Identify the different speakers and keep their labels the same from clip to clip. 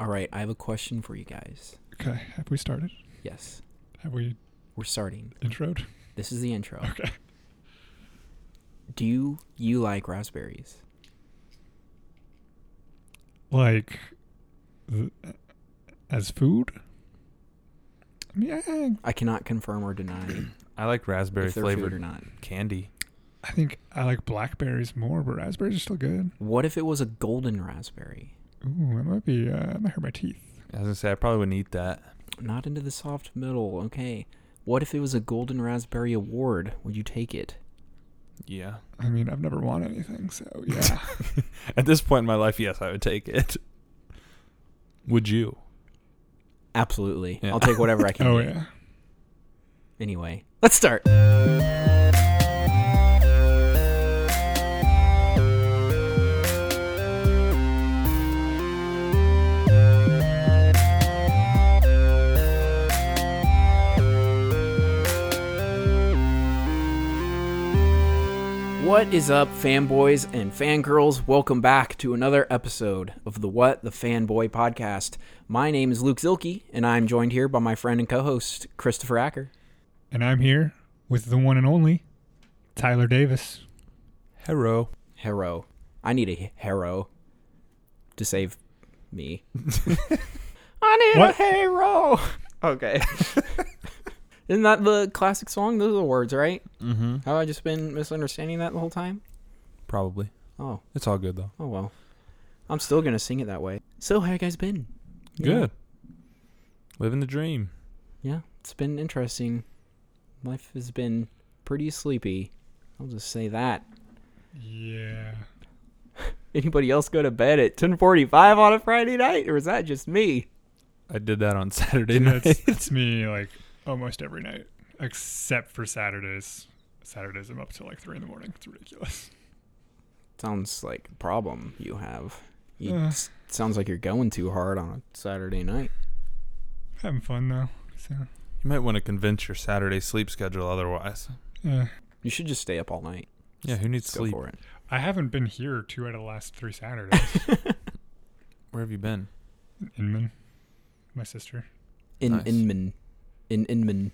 Speaker 1: All right, I have a question for you guys.
Speaker 2: Okay. Have we started?
Speaker 1: Yes,
Speaker 2: Have we
Speaker 1: we're starting.
Speaker 2: introed?
Speaker 1: This is the intro.
Speaker 2: Okay.
Speaker 1: Do you, you like raspberries?
Speaker 2: Like, th- as food? I mean, I,
Speaker 1: I cannot confirm or deny
Speaker 3: I like raspberry
Speaker 1: if they're food or
Speaker 3: flavored
Speaker 1: not.
Speaker 3: candy.
Speaker 2: I think I like blackberries more, but raspberries are still good.
Speaker 1: What if it was a golden raspberry?
Speaker 2: Ooh, that might be, uh, that might hurt my teeth.
Speaker 3: I was gonna say I probably wouldn't eat that.
Speaker 1: Not into the soft middle. Okay. What if it was a golden raspberry award? Would you take it?
Speaker 3: Yeah.
Speaker 2: I mean, I've never won anything, so yeah.
Speaker 3: At this point in my life, yes, I would take it. Would you?
Speaker 1: Absolutely.
Speaker 3: Yeah.
Speaker 1: I'll take whatever I can.
Speaker 2: oh,
Speaker 1: get.
Speaker 2: yeah.
Speaker 1: Anyway, let's start. What is up, fanboys and fangirls? Welcome back to another episode of the What the Fanboy podcast. My name is Luke Zilke, and I'm joined here by my friend and co host, Christopher Acker.
Speaker 2: And I'm here with the one and only Tyler Davis.
Speaker 3: Hero.
Speaker 1: Hero. I need a hero to save me. I need
Speaker 2: What?
Speaker 1: a hero. Okay. Isn't that the classic song? Those are the words, right?
Speaker 3: Mm-hmm.
Speaker 1: Have I just been misunderstanding that the whole time?
Speaker 3: Probably.
Speaker 1: Oh,
Speaker 3: It's all good though.
Speaker 1: oh well. I'm still gonna sing it that way. So, how you guys been? You know,
Speaker 3: Good. Living the dream.
Speaker 1: yeah, it's been interesting. Life has been pretty sleepy. I'll just say that.
Speaker 2: Yeah.
Speaker 1: Anybody else go to bed at 10:45 on a Friday night, or is that just me?
Speaker 3: I did that on Saturday
Speaker 2: Dude,
Speaker 3: night.
Speaker 2: that's, that's me, like, almost every night, except for Saturdays. Saturdays, I'm up till like 3 in the morning. It's ridiculous.
Speaker 1: Sounds like a problem you have. You,
Speaker 2: Uh.
Speaker 1: s- sounds like you're going too hard on a Saturday night.
Speaker 2: Having fun, though. So,
Speaker 3: You might want to convince your Saturday sleep schedule otherwise.
Speaker 2: yeah.
Speaker 1: You should just stay up all night.
Speaker 3: Yeah, who needs
Speaker 1: Just go
Speaker 3: sleep?
Speaker 1: for it.
Speaker 2: I haven't been here two out of the last three Saturdays.
Speaker 3: Where have you been?
Speaker 2: Inman, my sister.
Speaker 1: In
Speaker 3: Nice.
Speaker 1: Inman, in Inman.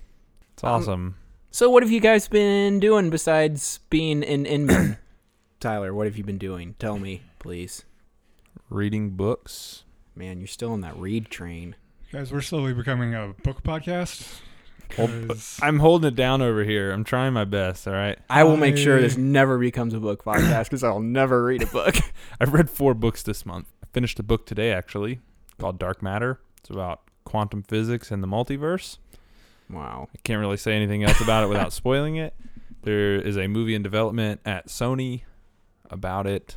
Speaker 3: It's
Speaker 1: Um,
Speaker 3: awesome.
Speaker 1: So, what have you guys been doing besides being in Inman? Tyler, what have you been doing? Tell me, please.
Speaker 3: Reading books.
Speaker 1: Man, you're still on that read train.
Speaker 2: Guys, we're slowly becoming a book podcast.
Speaker 3: Well,
Speaker 2: 'cause
Speaker 3: I'm holding it down over here. I'm trying my best, all right?
Speaker 1: I will make sure this
Speaker 2: I-
Speaker 1: never becomes a book podcast because I'll never read a book.
Speaker 3: I've read four books this month. I finished a book today, actually, called Dark Matter. It's about quantum physics and the multiverse.
Speaker 1: wow.
Speaker 3: I can't really say anything else about it without spoiling it. There is a movie in development at Sony about it.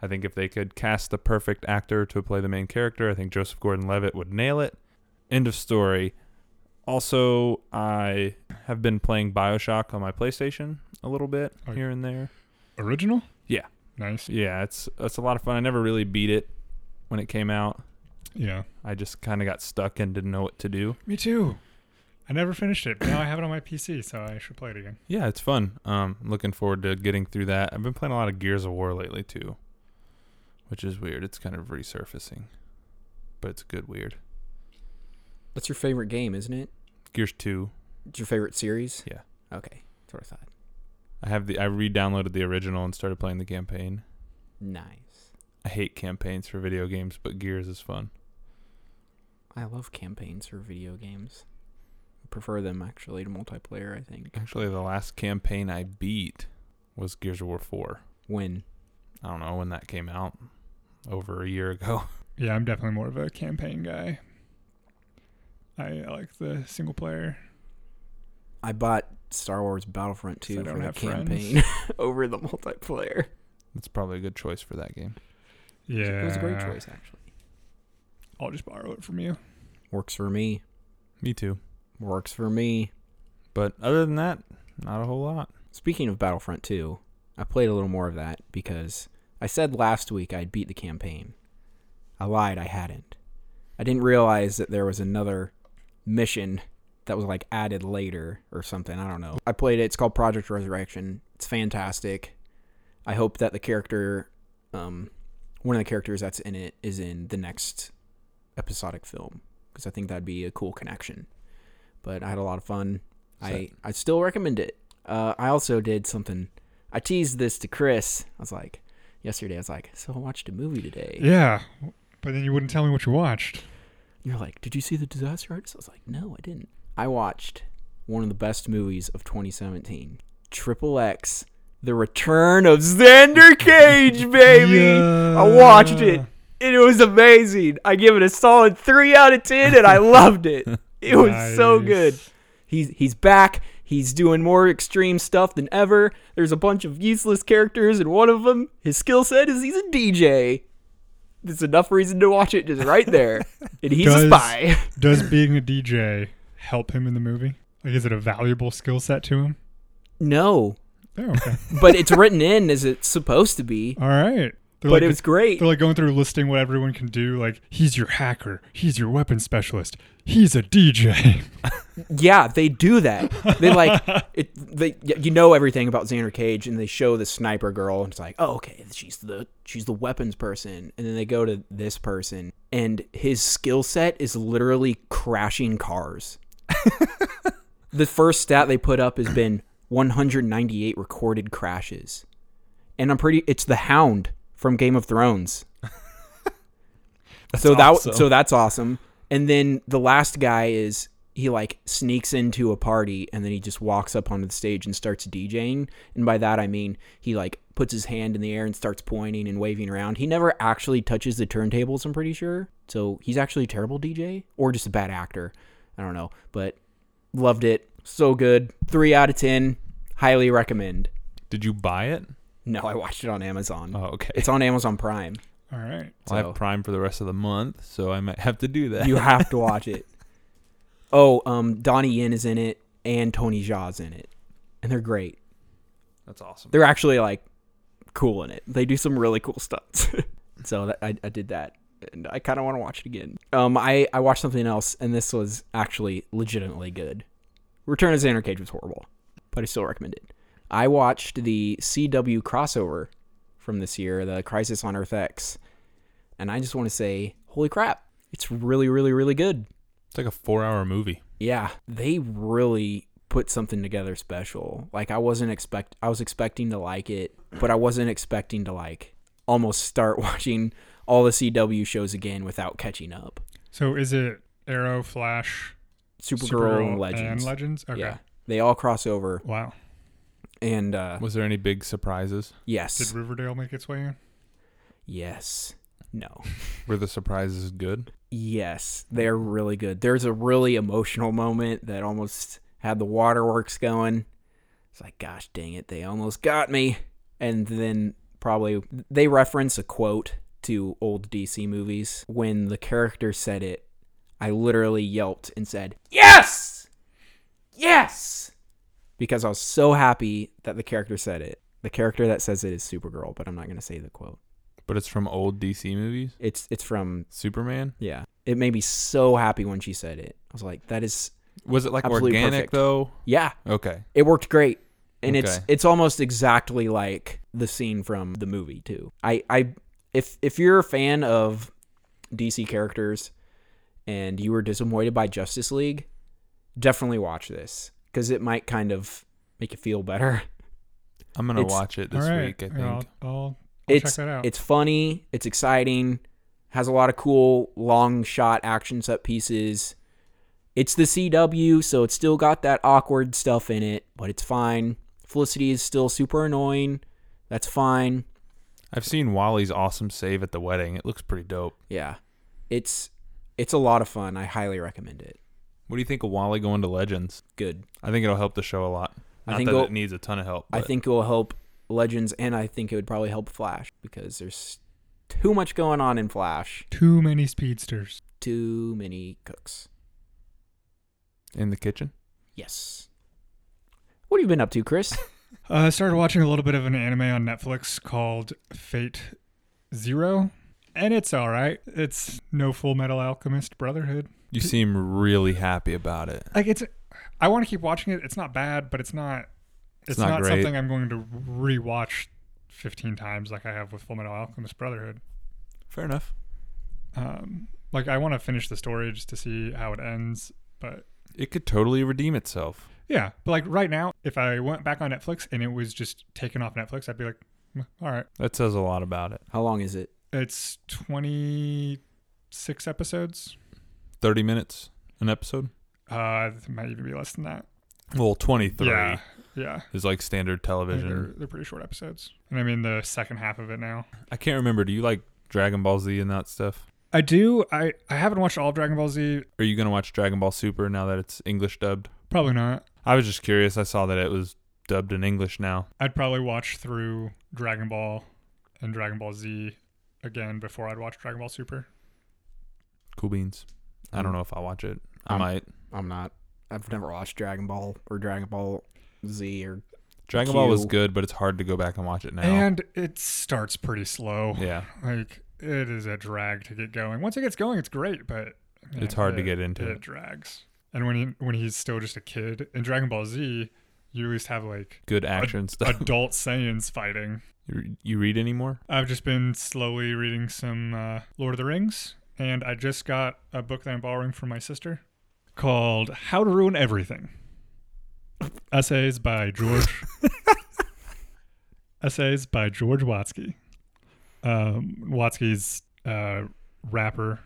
Speaker 3: I think if they could cast the perfect actor to play the main character, I think Joseph Gordon Levitt would nail it. End of story. Also, I have been playing Bioshock on my PlayStation a little bit
Speaker 2: Oh,
Speaker 3: here and there.
Speaker 2: original?
Speaker 3: Yeah.
Speaker 2: Nice.
Speaker 3: Yeah, it's it's a lot of fun. I never really beat it when it came out.
Speaker 2: Yeah.
Speaker 3: I just kind of got stuck and didn't know what to do.
Speaker 2: Me too. I never finished it. but Now I have it on my PC, so I should play it again.
Speaker 3: Yeah, it's fun. Um, looking forward to getting through that. I've been playing a lot of Gears of War lately too, which is weird. It's kind of resurfacing, but it's good weird.
Speaker 1: That's your favorite game, isn't it?
Speaker 3: Gears Two.
Speaker 1: It's your favorite series?
Speaker 3: Yeah.
Speaker 1: Okay. That's what I thought.
Speaker 3: I have the I re-downloaded the original and started playing the campaign.
Speaker 1: Nice.
Speaker 3: I hate campaigns for video games, but Gears is fun.
Speaker 1: I love campaigns for video games. I prefer them actually to multiplayer, I think.
Speaker 3: Actually, the last campaign I beat was Gears of War Four.
Speaker 1: When
Speaker 3: I don't know when that came out, over a year ago.
Speaker 2: Yeah, I'm definitely more of a campaign guy. I, I like the single player.
Speaker 1: I bought Star Wars Battlefront
Speaker 2: I
Speaker 1: 2
Speaker 2: don't
Speaker 1: for the
Speaker 2: have friends.
Speaker 1: campaign over the multiplayer.
Speaker 3: That's probably a good choice for that game.
Speaker 2: Yeah.
Speaker 1: It was a great choice, actually.
Speaker 2: I'll just borrow it from you.
Speaker 1: Works for me.
Speaker 3: Me too.
Speaker 1: Works for me.
Speaker 3: But other than that, not a whole lot.
Speaker 1: Speaking of Battlefront 2, I played a little more of that because I said last week I'd beat the campaign. I lied, I hadn't. I didn't realize that there was another mission that was like added later or something. I don't know. I played it. It's called Project Resurrection. It's fantastic. I hope that the character, um, one of the characters that's in it, is in the next episodic film because I think that'd be a cool connection. But I had a lot of fun. I, I still recommend it. Uh, I also did something. I teased this to Chris. I was like, yesterday, I was like, so I watched a movie today.
Speaker 2: Yeah, but then you wouldn't tell me what you watched.
Speaker 1: You're like, did you see The Disaster Artist? I was like, no, I didn't. I watched one of the best movies of 2017, Triple X, The Return of Xander Cage, baby. I watched it.
Speaker 2: Yeah.
Speaker 1: And it was amazing. I give it a solid three out of ten, and I loved it. It was so
Speaker 2: Nice.
Speaker 1: good. He's he's back. He's doing more extreme stuff than ever. There's a bunch of useless characters, and one of them, his skill set is he's a DJ. There's enough reason to watch it just right there. And he's
Speaker 2: Does-
Speaker 1: a spy.
Speaker 2: Does being a DJ help him in the movie? Like, is it a valuable skill set to him?
Speaker 1: No,
Speaker 2: Oh, okay.
Speaker 1: but it's written in as it's supposed to be.
Speaker 2: All right.
Speaker 1: But
Speaker 2: They're like,
Speaker 1: it was great.
Speaker 2: they're like going through listing what everyone can do. Like, he's your hacker. He's your weapon specialist. He's a DJ.
Speaker 1: Yeah, they do that. They like it. They y- you know everything about Xander Cage, and they show the sniper girl, and it's like, oh, okay, she's the she's the weapons person, and then they go to this person, and his skill set is literally crashing cars. the first stat they put up has been 198 recorded crashes, and I'm pretty. It's the Hound from Game of Thrones so
Speaker 3: awesome.
Speaker 1: that so that's awesome. And then the last guy is he like sneaks into a party and then he just walks up onto the stage and starts DJing. And by that I mean he like puts his hand in the air and starts pointing and waving around. He never actually touches the turntables, I'm pretty sure. So he's actually a terrible DJ or just a bad actor. I don't know, but loved it. So good. 3 out of 10. Highly recommend.
Speaker 3: Did you buy it?
Speaker 1: No, I watched it on Amazon.
Speaker 3: Oh, okay.
Speaker 1: It's on Amazon Prime.
Speaker 2: All right.
Speaker 3: I
Speaker 1: so-
Speaker 3: have Prime for the rest of the month, so I might have to do that.
Speaker 1: You have to watch it. Oh, um, Donnie Yen is in it, and Tony Jaa's in it, and they're great.
Speaker 3: That's awesome.
Speaker 1: They're actually like cool in it. They do some really cool stunts. so that, I, I did that, and I kind of want to watch it again. Um, I I watched something else, and this was actually legitimately good. Return of Xander Cage was horrible, but I still recommend it. I watched the CW crossover from this year, the Crisis on Earth X, and I just want to say, holy crap! It's really, really, really good.
Speaker 3: It's like a four-hour movie.
Speaker 1: Yeah, they really put something together special. Like I wasn't expect I was expecting to like it, but I wasn't expecting to like almost start watching all the CW shows again without catching up.
Speaker 2: So is it Arrow, Flash,
Speaker 1: Supergirl, and Legends.
Speaker 2: Okay.
Speaker 1: Yeah. They all cross over
Speaker 2: Wow.
Speaker 1: and uh
Speaker 3: Was there any big surprises?
Speaker 1: yes.
Speaker 2: Did Riverdale make its way in?
Speaker 1: yes. No.
Speaker 3: Were the surprises good?
Speaker 1: Yes, they're really good. There's a really emotional moment that almost had the waterworks going. It's like, gosh dang it, they almost got me. And then probably they reference a quote to old DC movies. When the character said it, I literally yelped and said, Yes! Yes! Because I was so happy that the character said it. The character that says it is Supergirl, but I'm not going to say the quote.
Speaker 3: But it's from old DC movies.
Speaker 1: It's it's from
Speaker 3: Superman.
Speaker 1: yeah. It made me so happy when she said it. I was like, that is
Speaker 3: Was it like
Speaker 1: Absolutely
Speaker 3: organic
Speaker 1: perfect.
Speaker 3: though?
Speaker 1: yeah,
Speaker 3: Okay.
Speaker 1: it worked great. And it's
Speaker 3: Okay.
Speaker 1: it's almost exactly like the scene from the movie too. I, I if if you're a fan of DC characters and you were disappointed by Justice League, definitely watch this cuz it might kind of make you feel better.
Speaker 3: I'm gonna
Speaker 1: It's-
Speaker 3: watch it this
Speaker 2: All right.
Speaker 3: week. I think.
Speaker 2: Yeah, I'll, I'll, I'll
Speaker 1: it's
Speaker 2: check that out.
Speaker 1: it's funny, it's exciting, has a lot of cool long shot action set pieces. It's the CW, so it's still got that awkward stuff in it, but it's fine. Felicity is still super annoying. That's fine.
Speaker 3: I've seen Wally's awesome save at the wedding. It looks pretty dope.
Speaker 1: Yeah. It's it's a lot of fun. I highly recommend it.
Speaker 3: What do you think of Wally going to Legends?
Speaker 1: Good.
Speaker 3: I think it'll help the show a lot.
Speaker 1: I
Speaker 3: Not
Speaker 1: think
Speaker 3: that
Speaker 1: it'll-
Speaker 3: it needs a ton of help.
Speaker 1: I
Speaker 3: but-
Speaker 1: think it will help Legends and I think it would probably help Flash because there's too much going on in Flash.
Speaker 2: Too many speedsters.
Speaker 1: Too many cooks.
Speaker 3: in the kitchen.
Speaker 1: Yes. What have you been up to, Chris?
Speaker 2: Uh, I started watching a little bit of an anime on Netflix called Fate Zero, and it's all right. It's no Full Metal Alchemist Brotherhood.
Speaker 3: You seem really happy about it.
Speaker 2: Like it's, I want to keep watching it. It's not bad, but it's not. It's,
Speaker 3: not
Speaker 2: not,
Speaker 3: great.
Speaker 2: something I'm going to rewatch fifteen times like I have with Full Metal Alchemist Brotherhood.
Speaker 3: Fair enough.
Speaker 2: Um, like I want to finish the story just to see how it ends, but
Speaker 3: It could totally redeem itself.
Speaker 2: yeah. But like right now, if I went back on Netflix and it was just taken off Netflix, I'd be like, "Mm, all right,
Speaker 3: That says a lot about it.
Speaker 1: How long is it?
Speaker 2: it's twenty six episodes.
Speaker 3: 30 minutes an episode?
Speaker 2: Uh, it might even be less than that.
Speaker 3: Well, 23
Speaker 2: Yeah, yeah.
Speaker 3: is like standard
Speaker 2: I think They're,
Speaker 3: television.
Speaker 2: they're pretty short episodes, and I mean the second half of it now.
Speaker 3: I can't remember. Do you like Dragon Ball Z and that stuff?
Speaker 2: I do. I I haven't watched all of Dragon Ball Z.
Speaker 3: Are you going to watch Dragon Ball Super now that it's English dubbed?
Speaker 2: Probably not.
Speaker 3: I was just curious. I saw that it was dubbed in English now.
Speaker 2: I'd probably watch through Dragon Ball and Dragon Ball Z again before I'd watch Dragon Ball Super.
Speaker 3: Cool beans. I don't know if I'll watch it. I
Speaker 1: Um,
Speaker 3: might.
Speaker 1: I'm not. I've never watched Dragon Ball or Dragon Ball Z or
Speaker 3: Dragon Ball was
Speaker 1: Q.
Speaker 3: good, but it's hard to go back and watch it now.
Speaker 2: And it starts pretty slow.
Speaker 3: yeah,
Speaker 2: Like it is a drag to get going. Once it gets going, it's great, but man,
Speaker 3: It's hard to
Speaker 2: it-
Speaker 3: get into
Speaker 2: It
Speaker 3: it.
Speaker 2: drags. And when he when he's still just a kid in Dragon Ball Z, you at least have like
Speaker 3: good action stuff.
Speaker 2: adult Saiyans fighting.
Speaker 3: You- you read anymore?
Speaker 2: I've just been slowly reading some uh, Lord of the Rings, and I just got a book that I'm borrowing from my sister called How to Ruin Everything. Essays by George. Essays by George Watsky. Um, Watsky's uh, rapper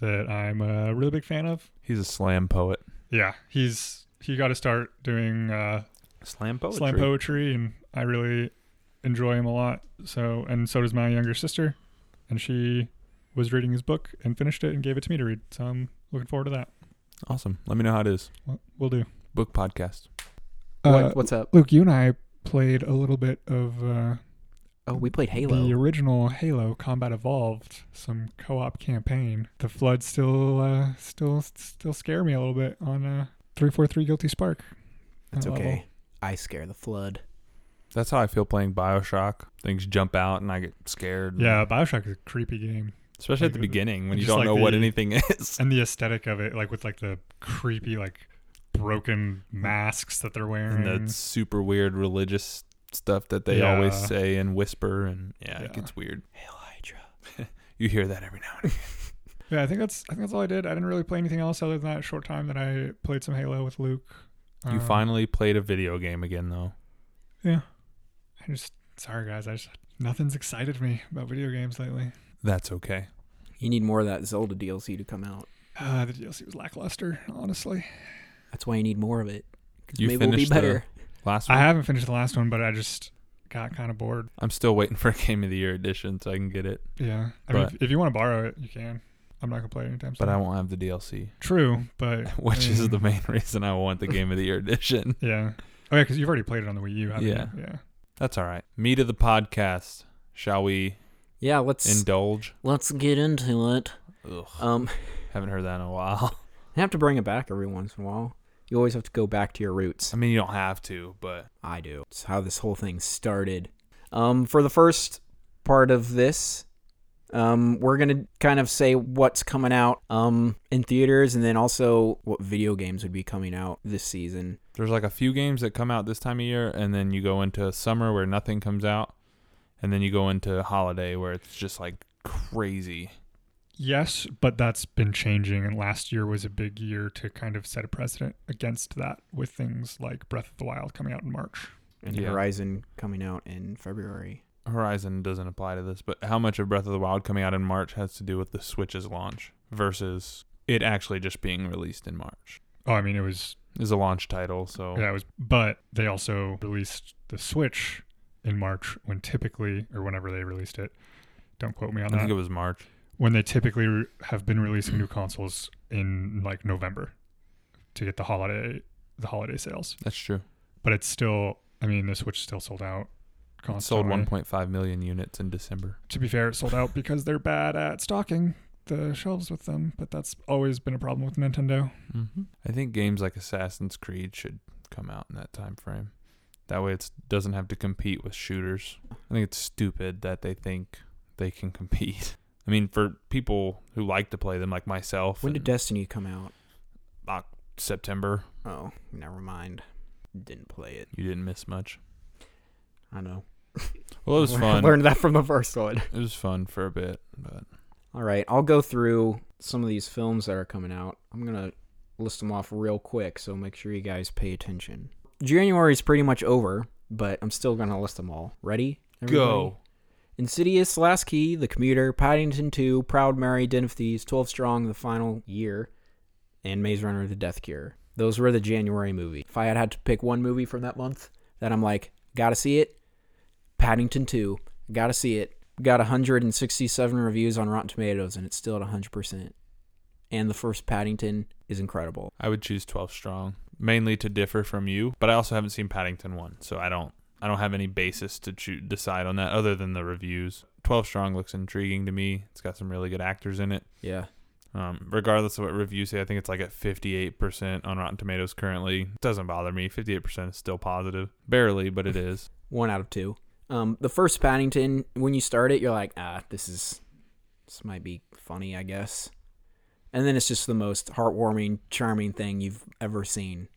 Speaker 2: that I'm a really big fan of.
Speaker 3: He's a slam poet.
Speaker 2: Yeah, he's he got to start doing uh,
Speaker 3: Slam poetry.
Speaker 2: slam poetry and I really enjoy him a lot. So and so does my younger sister and she was reading his book and finished it and gave it to me to read. So I'm looking forward to that.
Speaker 3: Awesome. Let me know how it is.
Speaker 2: We'll- We'll do.
Speaker 3: Book podcast.
Speaker 2: Uh,
Speaker 1: what, what's up?
Speaker 2: Luke, you and I played a little bit of uh,
Speaker 1: Oh, we played
Speaker 2: the
Speaker 1: Halo.
Speaker 2: original Halo Combat Evolved, some co-op campaign. The floods still uh, still still scare me a little bit on uh, 343 Guilty Spark.
Speaker 1: That's
Speaker 2: that level.
Speaker 1: okay. I scare the flood.
Speaker 3: That's how I feel playing Bioshock. Things jump out and I get scared.
Speaker 2: Yeah, Bioshock is a creepy game.
Speaker 3: Especially at the
Speaker 2: Like,
Speaker 3: beginning when you
Speaker 2: just
Speaker 3: don't
Speaker 2: like
Speaker 3: know what
Speaker 2: the-
Speaker 3: anything is.
Speaker 2: and the aesthetic of it, like with like the creepy, like broken masks that they're wearing.
Speaker 3: And that super weird religious stuff that they
Speaker 2: Yeah.
Speaker 3: always say and whisper. And yeah,
Speaker 2: Yeah.
Speaker 3: it gets weird.
Speaker 1: Hail Hydra.
Speaker 3: You hear that every now and again.
Speaker 2: yeah, I think that's I think that's all I did. I didn't really play anything else other than that short time that I played some Halo with Luke.
Speaker 3: you
Speaker 2: Um,
Speaker 3: finally played a video game again, though.
Speaker 2: Yeah. I just sorry guys, I just nothing's excited me about video games lately.
Speaker 3: That's okay.
Speaker 1: You need more of that Zelda DLC to come out.
Speaker 2: Uh, the DLC was lackluster, honestly.
Speaker 1: That's why you need more of it. 'Cause
Speaker 3: You
Speaker 1: maybe we'll be
Speaker 3: finished uh, the-
Speaker 1: better.
Speaker 3: Last
Speaker 2: I
Speaker 3: week,
Speaker 2: haven't finished the last one, but I just got kind of bored.
Speaker 3: I'm still waiting for a Game of the Year edition so I can get it,
Speaker 2: Yeah, I mean,
Speaker 3: But-
Speaker 2: if, if you want to borrow it, you can. I'm not gonna play it anytime soon.
Speaker 3: but I won't have the DLC,
Speaker 2: True, but
Speaker 3: which
Speaker 2: I
Speaker 3: is
Speaker 2: mean-
Speaker 3: the main reason I want the Game of the Year edition.
Speaker 2: Yeah. Oh yeah, because you've already played it on the Wii U, haven't
Speaker 3: Yeah.
Speaker 2: you? Yeah.
Speaker 3: That's all right. Meat of the podcast. Shall we
Speaker 1: Yeah, let's
Speaker 3: indulge?
Speaker 1: let's get into it.
Speaker 3: Ugh,
Speaker 1: Um,
Speaker 3: haven't heard that in a while.
Speaker 1: you have to bring it back every once in a while. You always have to go back to your roots.
Speaker 3: I mean, you don't have to, but
Speaker 1: I do. It's how this whole thing started. Um, for the first part of this, um, we're gonna kind of say what's coming out um, in theaters, and then also what video games would be coming out this season.
Speaker 3: there's like a few games that come out this time of year, and then you go into summer where nothing comes out, and then you go into holiday where it's just like crazy.
Speaker 2: Yes, but that's been changing, and last year was a big year to kind of set a precedent against that with things like Breath of the Wild coming out in March.
Speaker 1: And
Speaker 3: Yeah.
Speaker 1: Horizon coming out in February.
Speaker 3: Horizon doesn't apply to this, but how much of Breath of the Wild coming out in March has to do with the Switch's launch versus it actually just being released in March?
Speaker 2: Oh, I mean, it was
Speaker 3: Is a launch title, so
Speaker 2: yeah, it was, but they also released the Switch in March when typically or whenever they released it. Don't quote me on
Speaker 3: I think
Speaker 2: that.
Speaker 3: it was March.
Speaker 2: when they typically re- have been releasing new consoles in like November to get the holiday the holiday sales,
Speaker 3: That's true.
Speaker 2: but it's still. I mean, the Switch still sold out.
Speaker 3: It sold
Speaker 2: constantly.
Speaker 3: 1.5 million units in December.
Speaker 2: to be fair, it sold out because they're bad at stocking the shelves with them, but that's always been a problem with Nintendo.
Speaker 3: Mm-hmm. I think games like Assassin's Creed should come out in that time frame. That way, it doesn't have to compete with shooters. I think it's stupid that they think they can compete. I mean, for people who like to play them, like myself,
Speaker 1: When
Speaker 3: in
Speaker 1: did Destiny come out?
Speaker 3: September?
Speaker 1: Oh, never mind. Didn't play it.
Speaker 3: You didn't miss much.
Speaker 1: I know.
Speaker 3: Well, it was
Speaker 1: I
Speaker 3: fun.
Speaker 1: Learned that from the first one.
Speaker 3: It was fun for a bit, but
Speaker 1: All right, I'll go through some of these films that are coming out. I'm going to list them off real quick, so make sure you guys pay attention. January is pretty much over, but I'm still going to list them all. Ready? everybody?
Speaker 3: Go.
Speaker 1: Insidious, Last Key, The Commuter, Paddington 2, Proud Mary, Den of Thieves, 12 Strong, The Final Year, and Maze Runner, The Death Cure. Those were the January movie. If I had had to pick one movie from that month that I'm like, gotta see it, Paddington 2, gotta see it. Got 167 reviews on Rotten Tomatoes, and it's still at 100%. And the first Paddington is incredible.
Speaker 3: I would choose 12 strong, mainly to differ from you, but I also haven't seen Paddington 1, so I don't I don't have any basis to choo- decide on that other than the reviews. 12 strong looks intriguing to me. It's got some really good actors in it.
Speaker 1: Yeah.
Speaker 3: Um, regardless of what reviews say, I think it's like at 58% on Rotten Tomatoes currently. doesn't bother me. 58% is still positive. Barely, but it is.
Speaker 1: one out of two. Um, the first Paddington, when you start it, you're like, ah, this is this might be funny, I guess. And then it's just the most heartwarming, charming thing you've ever seen.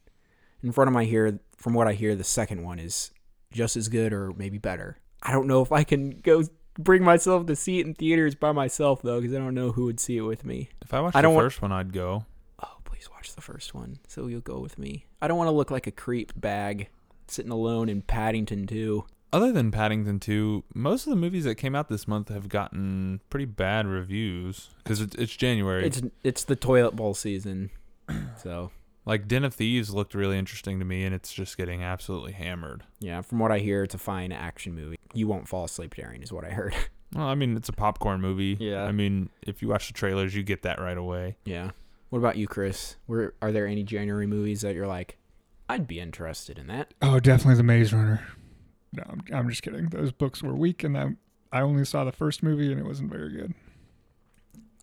Speaker 1: And from what I hear, from what I hear, the second one is just as good or maybe better. I don't know if I can go bring myself to see it in theaters by myself though, because I don't know who would see it with me.
Speaker 3: If I watched
Speaker 1: I don't
Speaker 3: the
Speaker 1: wa-
Speaker 3: first one, I'd go.
Speaker 1: Oh, please watch the first one, so you'll go with me. I don't want to look like a creep bag sitting alone in Paddington too.
Speaker 3: Other than Paddington 2, most of the movies that came out this month have gotten pretty bad reviews because it's, it's January.
Speaker 1: It's it's the toilet bowl season. So
Speaker 3: like Den of Thieves looked really interesting to me, and it's just getting absolutely hammered.
Speaker 1: yeah, from what I hear, it's a fine action movie. You won't fall asleep during, is what I heard.
Speaker 3: Well, I mean, it's a popcorn movie.
Speaker 1: Yeah.
Speaker 3: I mean, if you watch the trailers, you get that right away.
Speaker 1: yeah. What about you, Chris? Where are there any January movies that you're like, I'd be interested in that?
Speaker 2: Oh, definitely the Maze Runner. No, I'm, I'm just kidding. Those books were weak, and I, I only saw the first movie, and it wasn't very good.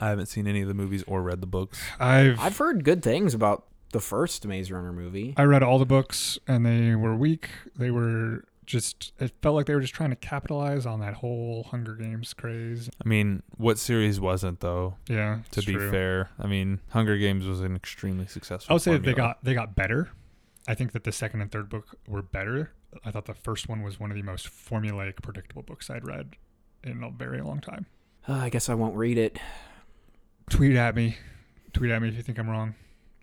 Speaker 3: I haven't seen any of the movies or read the books.
Speaker 2: I've,
Speaker 1: I've heard good things about the first Maze Runner movie.
Speaker 2: I read all the books, and they were weak. They were just. It felt like they were just trying to capitalize on that whole Hunger Games craze.
Speaker 3: I mean, what series wasn't, though?
Speaker 2: Yeah,
Speaker 3: To
Speaker 2: it's
Speaker 3: be
Speaker 2: true.
Speaker 3: fair, I mean, Hunger Games was an extremely successful.
Speaker 2: I would say that they
Speaker 3: formula.
Speaker 2: got they got better. I think that the second and third book were better. I thought the first one was one of the most formulaic, predictable books I'd read in a very long time.
Speaker 1: Uh, I guess I won't read it.
Speaker 2: Tweet at me, tweet at me if you think I'm wrong.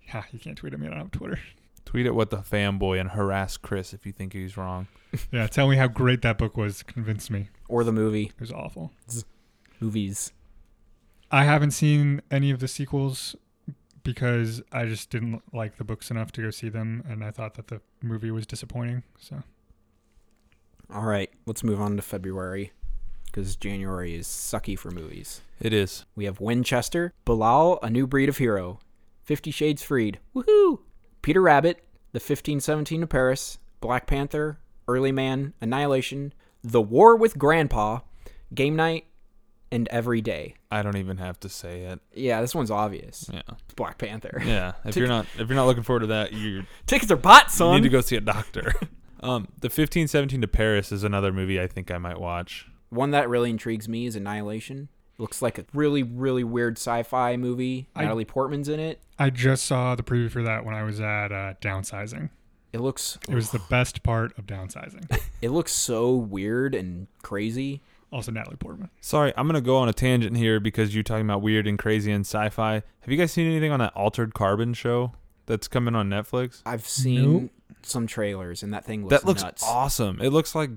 Speaker 2: Yeah, you can't tweet at me. I don't have Twitter.
Speaker 3: tweet at what the fanboy and harass Chris if you think he's wrong.
Speaker 2: Yeah, tell me how great that book was. Convince me.
Speaker 1: Or the movie.
Speaker 2: It was awful.
Speaker 1: Movies.
Speaker 2: I haven't seen any of the sequels because I just didn't like the books enough to go see them, and I thought that the movie was disappointing. So
Speaker 1: All right, let's move on to February because January is sucky for movies.
Speaker 3: It is.
Speaker 1: We have Winchester, Bilal, A New Breed of Hero, Fifty Shades Freed, Woohoo! Peter Rabbit, The 1517 to Paris, Black Panther, Early Man, Annihilation, The War with Grandpa, Game Night, and Every Day.
Speaker 3: I don't even have to say it.
Speaker 1: Yeah, this one's obvious.
Speaker 3: Yeah.
Speaker 1: It's Black Panther.
Speaker 3: Yeah. If you're not if you're not looking forward to that, you're
Speaker 1: Tickets are bought,
Speaker 3: You
Speaker 1: son.
Speaker 3: need to go see a doctor. um, the fifteen seventeen to Paris is another movie I think I might watch.
Speaker 1: One that really intrigues me is Annihilation. Looks like a really, really weird sci-fi movie.
Speaker 2: I-
Speaker 1: Natalie Portman's in it.
Speaker 2: I just saw the preview for that when I was at uh, downsizing.
Speaker 1: It looks
Speaker 2: It was the best part of downsizing.
Speaker 1: it looks so weird and crazy.
Speaker 2: Also, Natalie Portman.
Speaker 3: Sorry, I'm gonna go on a tangent here because you're talking about weird and crazy and sci-fi. Have you guys seen anything on that Altered Carbon show that's coming on Netflix?
Speaker 1: I've seen some trailers, and that thing looks,
Speaker 3: that looks
Speaker 1: nuts.
Speaker 3: awesome. It looks like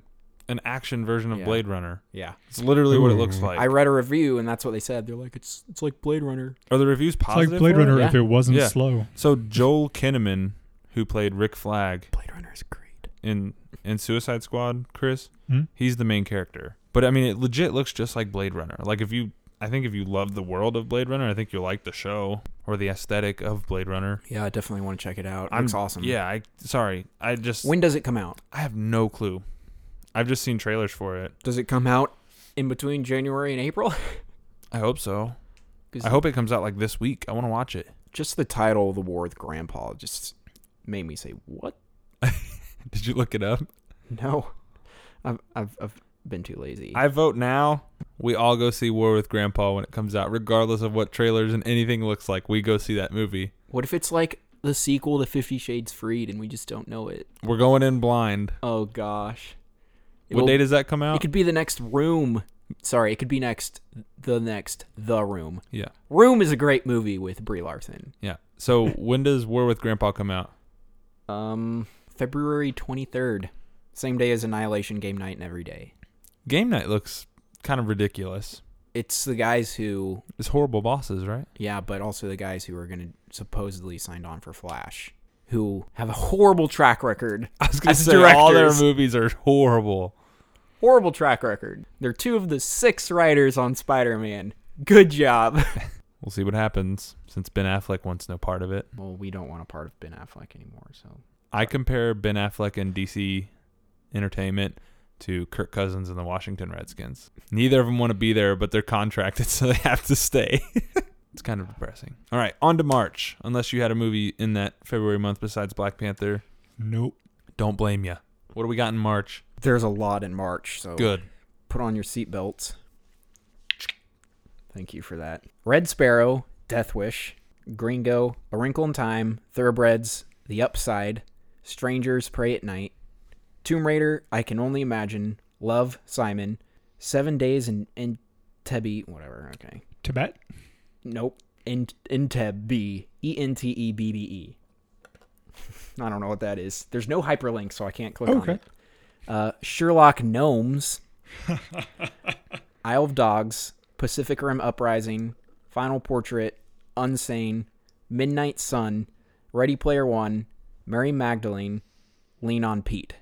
Speaker 3: an action version of
Speaker 1: Yeah.
Speaker 3: Blade Runner.
Speaker 1: Yeah,
Speaker 3: It's literally what it
Speaker 2: Ooh.
Speaker 3: looks like.
Speaker 1: I read a review, and that's what they said. They're like, it's it's like Blade Runner.
Speaker 3: Are the reviews
Speaker 2: It's like
Speaker 3: positive?
Speaker 2: Blade
Speaker 3: for it?
Speaker 2: Runner
Speaker 1: yeah.
Speaker 2: if it wasn't
Speaker 3: Yeah.
Speaker 2: slow.
Speaker 3: So Joel Kinnaman, who played Rick Flag
Speaker 1: Blade Runner is great.
Speaker 3: in in Suicide Squad, Chris,
Speaker 2: Hmm?
Speaker 3: he's the main character. But I mean, it legit looks just like Blade Runner. Like if you, I think if you love the world of Blade Runner, I think you'll like the show or the aesthetic of Blade Runner.
Speaker 1: Yeah, I definitely want to check it out.
Speaker 3: I'm-
Speaker 1: Looks awesome.
Speaker 3: Yeah, I sorry, I just
Speaker 1: When does it come out?
Speaker 3: I have no clue. I've just seen trailers for it.
Speaker 1: Does it come out in between January and April?
Speaker 3: I hope so.
Speaker 1: 'Cause
Speaker 3: I hope it comes out like this week. I want to watch it.
Speaker 1: just the title of the War with Grandpa just made me say, "What?
Speaker 3: Did you look it up?
Speaker 1: No, I've I've, I've been too lazy."
Speaker 3: I vote now. We all go see War with Grandpa when it comes out, regardless of what trailers and anything looks like. We go see that movie.
Speaker 1: what if it's like the sequel to Fifty Shades Freed, and we just don't know it?
Speaker 3: We're going in blind.
Speaker 1: Oh gosh.
Speaker 3: What
Speaker 1: It'll-
Speaker 3: day does that come out?
Speaker 1: It could be the next room. Sorry, it could be next. The next, The Room.
Speaker 3: Yeah.
Speaker 1: Room is a great movie with Brie Larson.
Speaker 3: Yeah. So when does War with Grandpa come out?
Speaker 1: Um, February twenty third, same day as Annihilation Game Night and every day.
Speaker 3: Game night looks kind of ridiculous.
Speaker 1: It's the guys who,
Speaker 3: It's horrible bosses, right?
Speaker 1: yeah, but also the guys who are going to supposedly signed on for Flash, who have a horrible track record.
Speaker 3: I was gonna
Speaker 1: As
Speaker 3: say all their
Speaker 1: directors.
Speaker 3: movies are horrible.
Speaker 1: Horrible track record. They're two of the six writers on Spider Man. Good job.
Speaker 3: We'll see what happens since Ben Affleck wants no part of it.
Speaker 1: well, we don't want a part of Ben Affleck anymore, so
Speaker 3: I compare Ben Affleck and DC Entertainment to Kirk Cousins and the Washington Redskins. Neither of them want to be there, but they're contracted, so they have to stay. it's kind of depressing. All right, on to March. Unless you had a movie in that February month besides Black Panther,
Speaker 2: Nope.
Speaker 3: don't blame you. What do we got in March?
Speaker 1: there's a lot in March. So
Speaker 3: Good.
Speaker 1: put on your seatbelts. Thank you for that. Red Sparrow, Death Wish, Gringo, A Wrinkle in Time, Thoroughbreds, The Upside, Strangers Pray at Night, Tomb Raider, I Can Only Imagine, Love, Simon, Seven Days in in Tebi, whatever. Okay,
Speaker 2: Tibet.
Speaker 1: nope. In Entebbe, E N T E B B E. I don't know what that is. There's no hyperlink, so I can't click on
Speaker 2: Okay.
Speaker 1: it. Uh, Sherlock Gnomes, Isle of Dogs, Pacific Rim Uprising, Final Portrait, Unsane, Midnight Sun, Ready Player One, Mary Magdalene, Lean on Pete.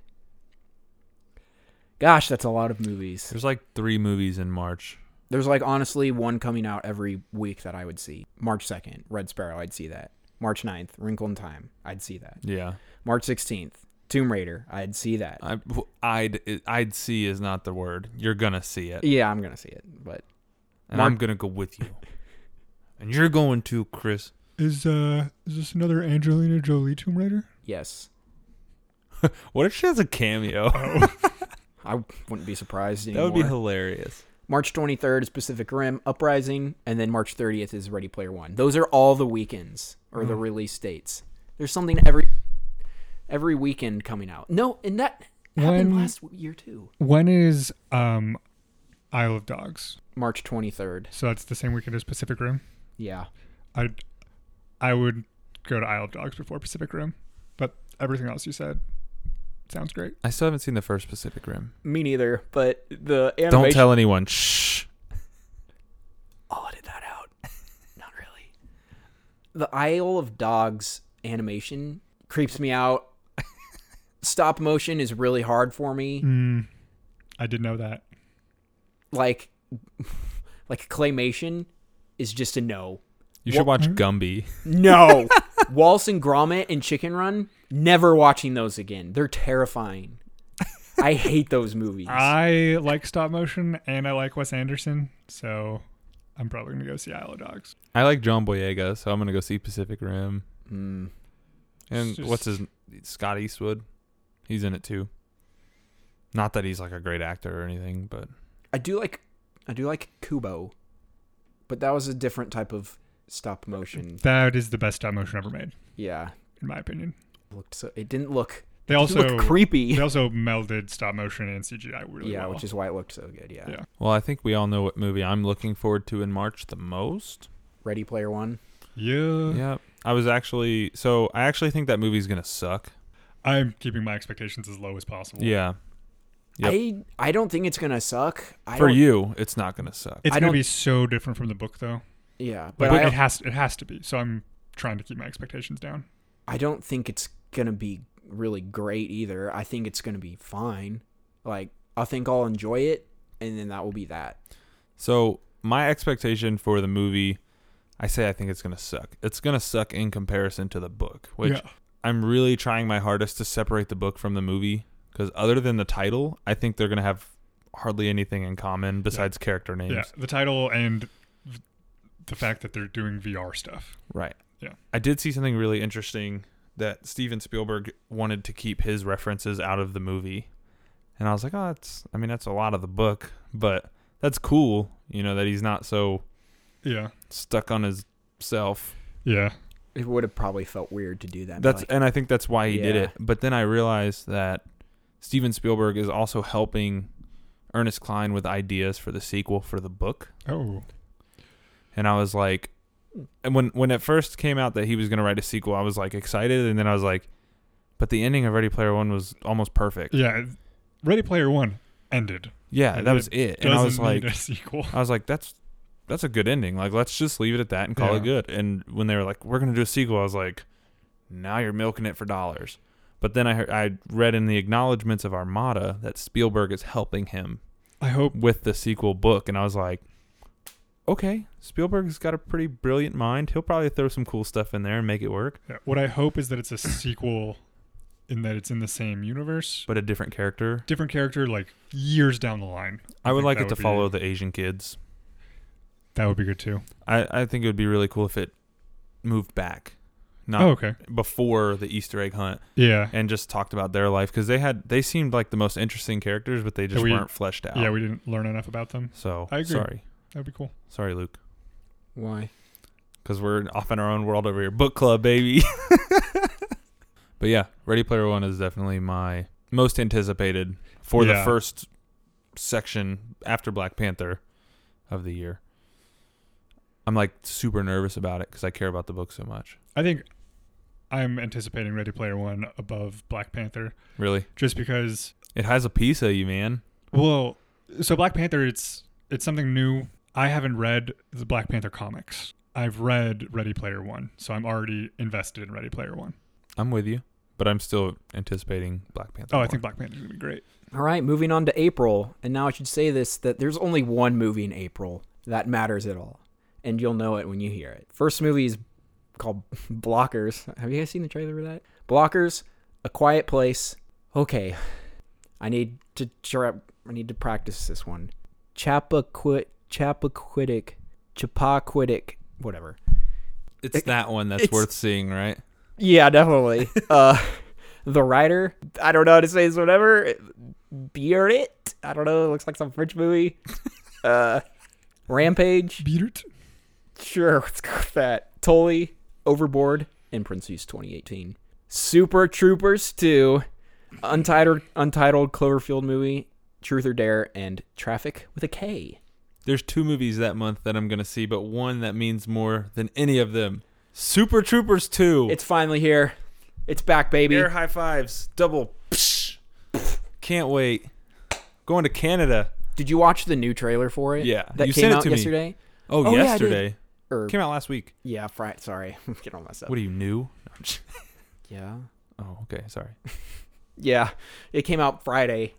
Speaker 1: Gosh, that's a lot of movies.
Speaker 3: There's like three movies in March.
Speaker 1: There's like honestly one coming out every week that I would see. March 2nd, Red Sparrow, I'd see that. March 9th, Wrinkle in Time, I'd see that.
Speaker 3: Yeah.
Speaker 1: March 16th, Tomb Raider, I'd see that.
Speaker 3: I, I'd I'd see is not the word. You're gonna see it,
Speaker 1: Yeah, I'm going to see it, but
Speaker 3: and
Speaker 1: Mark-
Speaker 3: I'm gonna go with you, and you're going too, Chris.
Speaker 2: Is uh is this another Angelina Jolie Tomb Raider?
Speaker 1: yes,
Speaker 3: What if she has a cameo?
Speaker 1: I wouldn't be surprised
Speaker 3: that
Speaker 1: anymore.
Speaker 3: would be hilarious.
Speaker 1: March 23rd is Pacific Rim Uprising, and then March 30th is Ready Player One. Those are all the weekends or
Speaker 3: Mm.
Speaker 1: the release dates. There's something every every weekend coming out. No, and that happened
Speaker 2: When-
Speaker 1: last year too.
Speaker 2: When is um Isle of Dogs?
Speaker 1: March 23rd.
Speaker 2: So that's the same weekend as Pacific Rim.
Speaker 1: Yeah,
Speaker 2: I I would go to Isle of Dogs before Pacific Rim, but everything else you said sounds great.
Speaker 3: I still haven't seen the first Pacific Rim.
Speaker 1: me neither. But the animation.
Speaker 3: Don't tell anyone. Shh.
Speaker 1: I'll edit that out. Not really. The Isle of Dogs animation creeps me out. Stop motion is really hard for me.
Speaker 2: Mm, I did know that.
Speaker 1: like like claymation is just a no.
Speaker 3: You should watch
Speaker 2: Hmm?
Speaker 3: Gumby.
Speaker 1: No. Wallace and Gromit and Chicken Run, never watching those again. They're terrifying. I hate those movies.
Speaker 2: I like stop motion and I like Wes Anderson, so I'm probably gonna go see Isle of Dogs.
Speaker 3: I like John Boyega, so I'm gonna go see Pacific Rim.
Speaker 1: Mm.
Speaker 3: And
Speaker 2: It's just-
Speaker 3: what's his Scott Eastwood? He's in it too. Not that he's like a great actor or anything, but
Speaker 1: I do like I do like Kubo, but that was a different type of stop motion.
Speaker 2: That is the best stop motion ever made,
Speaker 1: Yeah,
Speaker 2: in my opinion.
Speaker 1: looked so it didn't look
Speaker 2: They
Speaker 1: it looked
Speaker 2: also
Speaker 1: creepy.
Speaker 2: they also melded stop motion and CGI really
Speaker 1: yeah,
Speaker 2: well.
Speaker 1: which is why it looked so good. Yeah.
Speaker 2: Yeah.
Speaker 3: well, I think we all know what movie I'm looking forward to in March the most.
Speaker 1: Ready Player One.
Speaker 2: yeah.
Speaker 3: Yeah, I was actually so I actually think that movie's gonna suck.
Speaker 2: I'm keeping my expectations as low as possible.
Speaker 3: Yeah, Yep.
Speaker 1: I I don't think it's gonna suck. I
Speaker 3: for
Speaker 1: don't-
Speaker 3: you, it's not gonna suck.
Speaker 2: It's
Speaker 1: I
Speaker 2: gonna
Speaker 1: don't-
Speaker 2: be so different from the book though.
Speaker 1: Yeah,
Speaker 2: Like
Speaker 1: but I,
Speaker 2: it has it has to be. So I'm trying to keep my expectations down.
Speaker 1: I don't think it's gonna be really great either. I think it's gonna be fine. Like I think I'll enjoy it, and then that will be that.
Speaker 3: So my expectation for the movie, I say I think it's gonna suck. It's gonna suck in comparison to the book, which
Speaker 2: yeah.
Speaker 3: I'm really trying my hardest to separate the book from the movie because other than the title, I think they're gonna have hardly anything in common besides character names.
Speaker 2: Yeah. The title and v- the fact that they're doing VR stuff.
Speaker 3: Right.
Speaker 2: Yeah.
Speaker 3: I did see something really interesting that Steven Spielberg wanted to keep his references out of the movie. And I was like, oh, that's, I mean, that's a lot of the book, but that's cool, you know, that he's not so
Speaker 2: Yeah.
Speaker 3: stuck on his self.
Speaker 2: Yeah.
Speaker 1: It would have probably felt weird to do that.
Speaker 3: That's
Speaker 1: like,
Speaker 3: and I think that's why he did
Speaker 1: Yeah.
Speaker 3: it. But then I realized that Steven Spielberg is also helping Ernest Klein with ideas for the sequel for the book,
Speaker 2: Oh,
Speaker 3: and I was like, and when when it first came out that he was going to write a sequel, I was like excited, and then I was like, but the ending of Ready Player One was almost perfect.
Speaker 2: yeah. Ready Player One ended.
Speaker 3: Yeah,
Speaker 2: It
Speaker 3: that was it, and
Speaker 2: Doesn't
Speaker 3: I was like,
Speaker 2: need a sequel.
Speaker 3: I was like, that's that's a good ending. Like, let's just leave it at that and call
Speaker 2: Yeah.
Speaker 3: it good. And when they were like, we're gonna do a sequel, I was like, now you're milking it for dollars. But then I heard, I read in the acknowledgments of Armada that Spielberg is helping him
Speaker 2: I hope.
Speaker 3: with the sequel book, and I was like, okay, Spielberg's got a pretty brilliant mind. He'll probably throw some cool stuff in there and make it work,
Speaker 2: yeah, What I hope is that it's a sequel, in that it's in the same universe,
Speaker 3: but a different character.
Speaker 2: different character, like years down the line.
Speaker 3: I, would
Speaker 2: think
Speaker 3: like
Speaker 2: that
Speaker 3: it to
Speaker 2: would be-
Speaker 3: follow the Asian kids.
Speaker 2: That would be good too.
Speaker 3: I I think it would be really cool if it moved back, not
Speaker 2: oh, okay.
Speaker 3: before the Easter egg hunt.
Speaker 2: Yeah.
Speaker 3: and just talked about their life because they had they seemed like the most interesting characters, but they just
Speaker 2: we-
Speaker 3: weren't fleshed out.
Speaker 2: Yeah, we didn't learn enough about them.
Speaker 3: so
Speaker 2: I agree.
Speaker 3: sorry,
Speaker 2: That'd be cool.
Speaker 3: sorry, Luke,
Speaker 1: Why?
Speaker 3: because we're off in our own world over here. Book club, baby. but yeah, Ready Player One is definitely my most anticipated for the
Speaker 2: Yeah.
Speaker 3: first section after Black Panther of the year. I'm like super nervous about it because I care about the book so much.
Speaker 2: I think I'm anticipating Ready Player One above Black Panther
Speaker 3: Really,
Speaker 2: just because
Speaker 3: it has a piece of you, man.
Speaker 2: Well, so Black Panther, it's it's something new. I haven't read the Black Panther comics. I've read Ready Player One, so I'm already invested in Ready Player One.
Speaker 3: I'm with you, but I'm still anticipating Black Panther.
Speaker 2: Oh, I
Speaker 3: more.
Speaker 2: think Black Panther's gonna be great.
Speaker 1: All right, moving on to April. And now I should say this that there's only one movie in April that matters at all. And you'll know it when you hear it. First movie is called Blockers. Have you guys seen the trailer for that? Blockers, A Quiet Place. Okay. I need to tra- I need to practice this one. Chappaquiddick, Chappaquiddick, Chappaquiddick, whatever.
Speaker 3: It's
Speaker 1: It-
Speaker 3: that one that's
Speaker 1: it's-
Speaker 3: worth seeing, right?
Speaker 1: Yeah, definitely. uh, the writer, I don't know how to say this. Whatever, beer it. I don't know. It looks like some French movie. uh, Rampage.
Speaker 2: Beat it.
Speaker 1: Sure, let's go with that. Tully, Overboard, and Prince Use 2018. Super Troopers 2, untitled untitled Cloverfield movie, Truth or Dare, and Traffic with a K.
Speaker 3: There's two movies that month that I'm gonna see, but one that means more than any of them. Super Troopers 2.
Speaker 1: It's finally here. It's back, baby.
Speaker 3: air high fives, double. Psh. Can't wait. Going to Canada.
Speaker 1: Did you watch the new trailer for it?
Speaker 3: Yeah,
Speaker 1: that
Speaker 3: you
Speaker 1: came
Speaker 3: sent it
Speaker 1: out
Speaker 3: to me.
Speaker 1: yesterday.
Speaker 3: Oh,
Speaker 1: Oh, yeah, I
Speaker 3: yesterday.
Speaker 1: Or
Speaker 3: Came out last week.
Speaker 1: Yeah, Friday. Sorry, get all messed up.
Speaker 3: What are you new?
Speaker 1: yeah,
Speaker 3: Oh, okay, sorry.
Speaker 1: yeah. It came out Friday.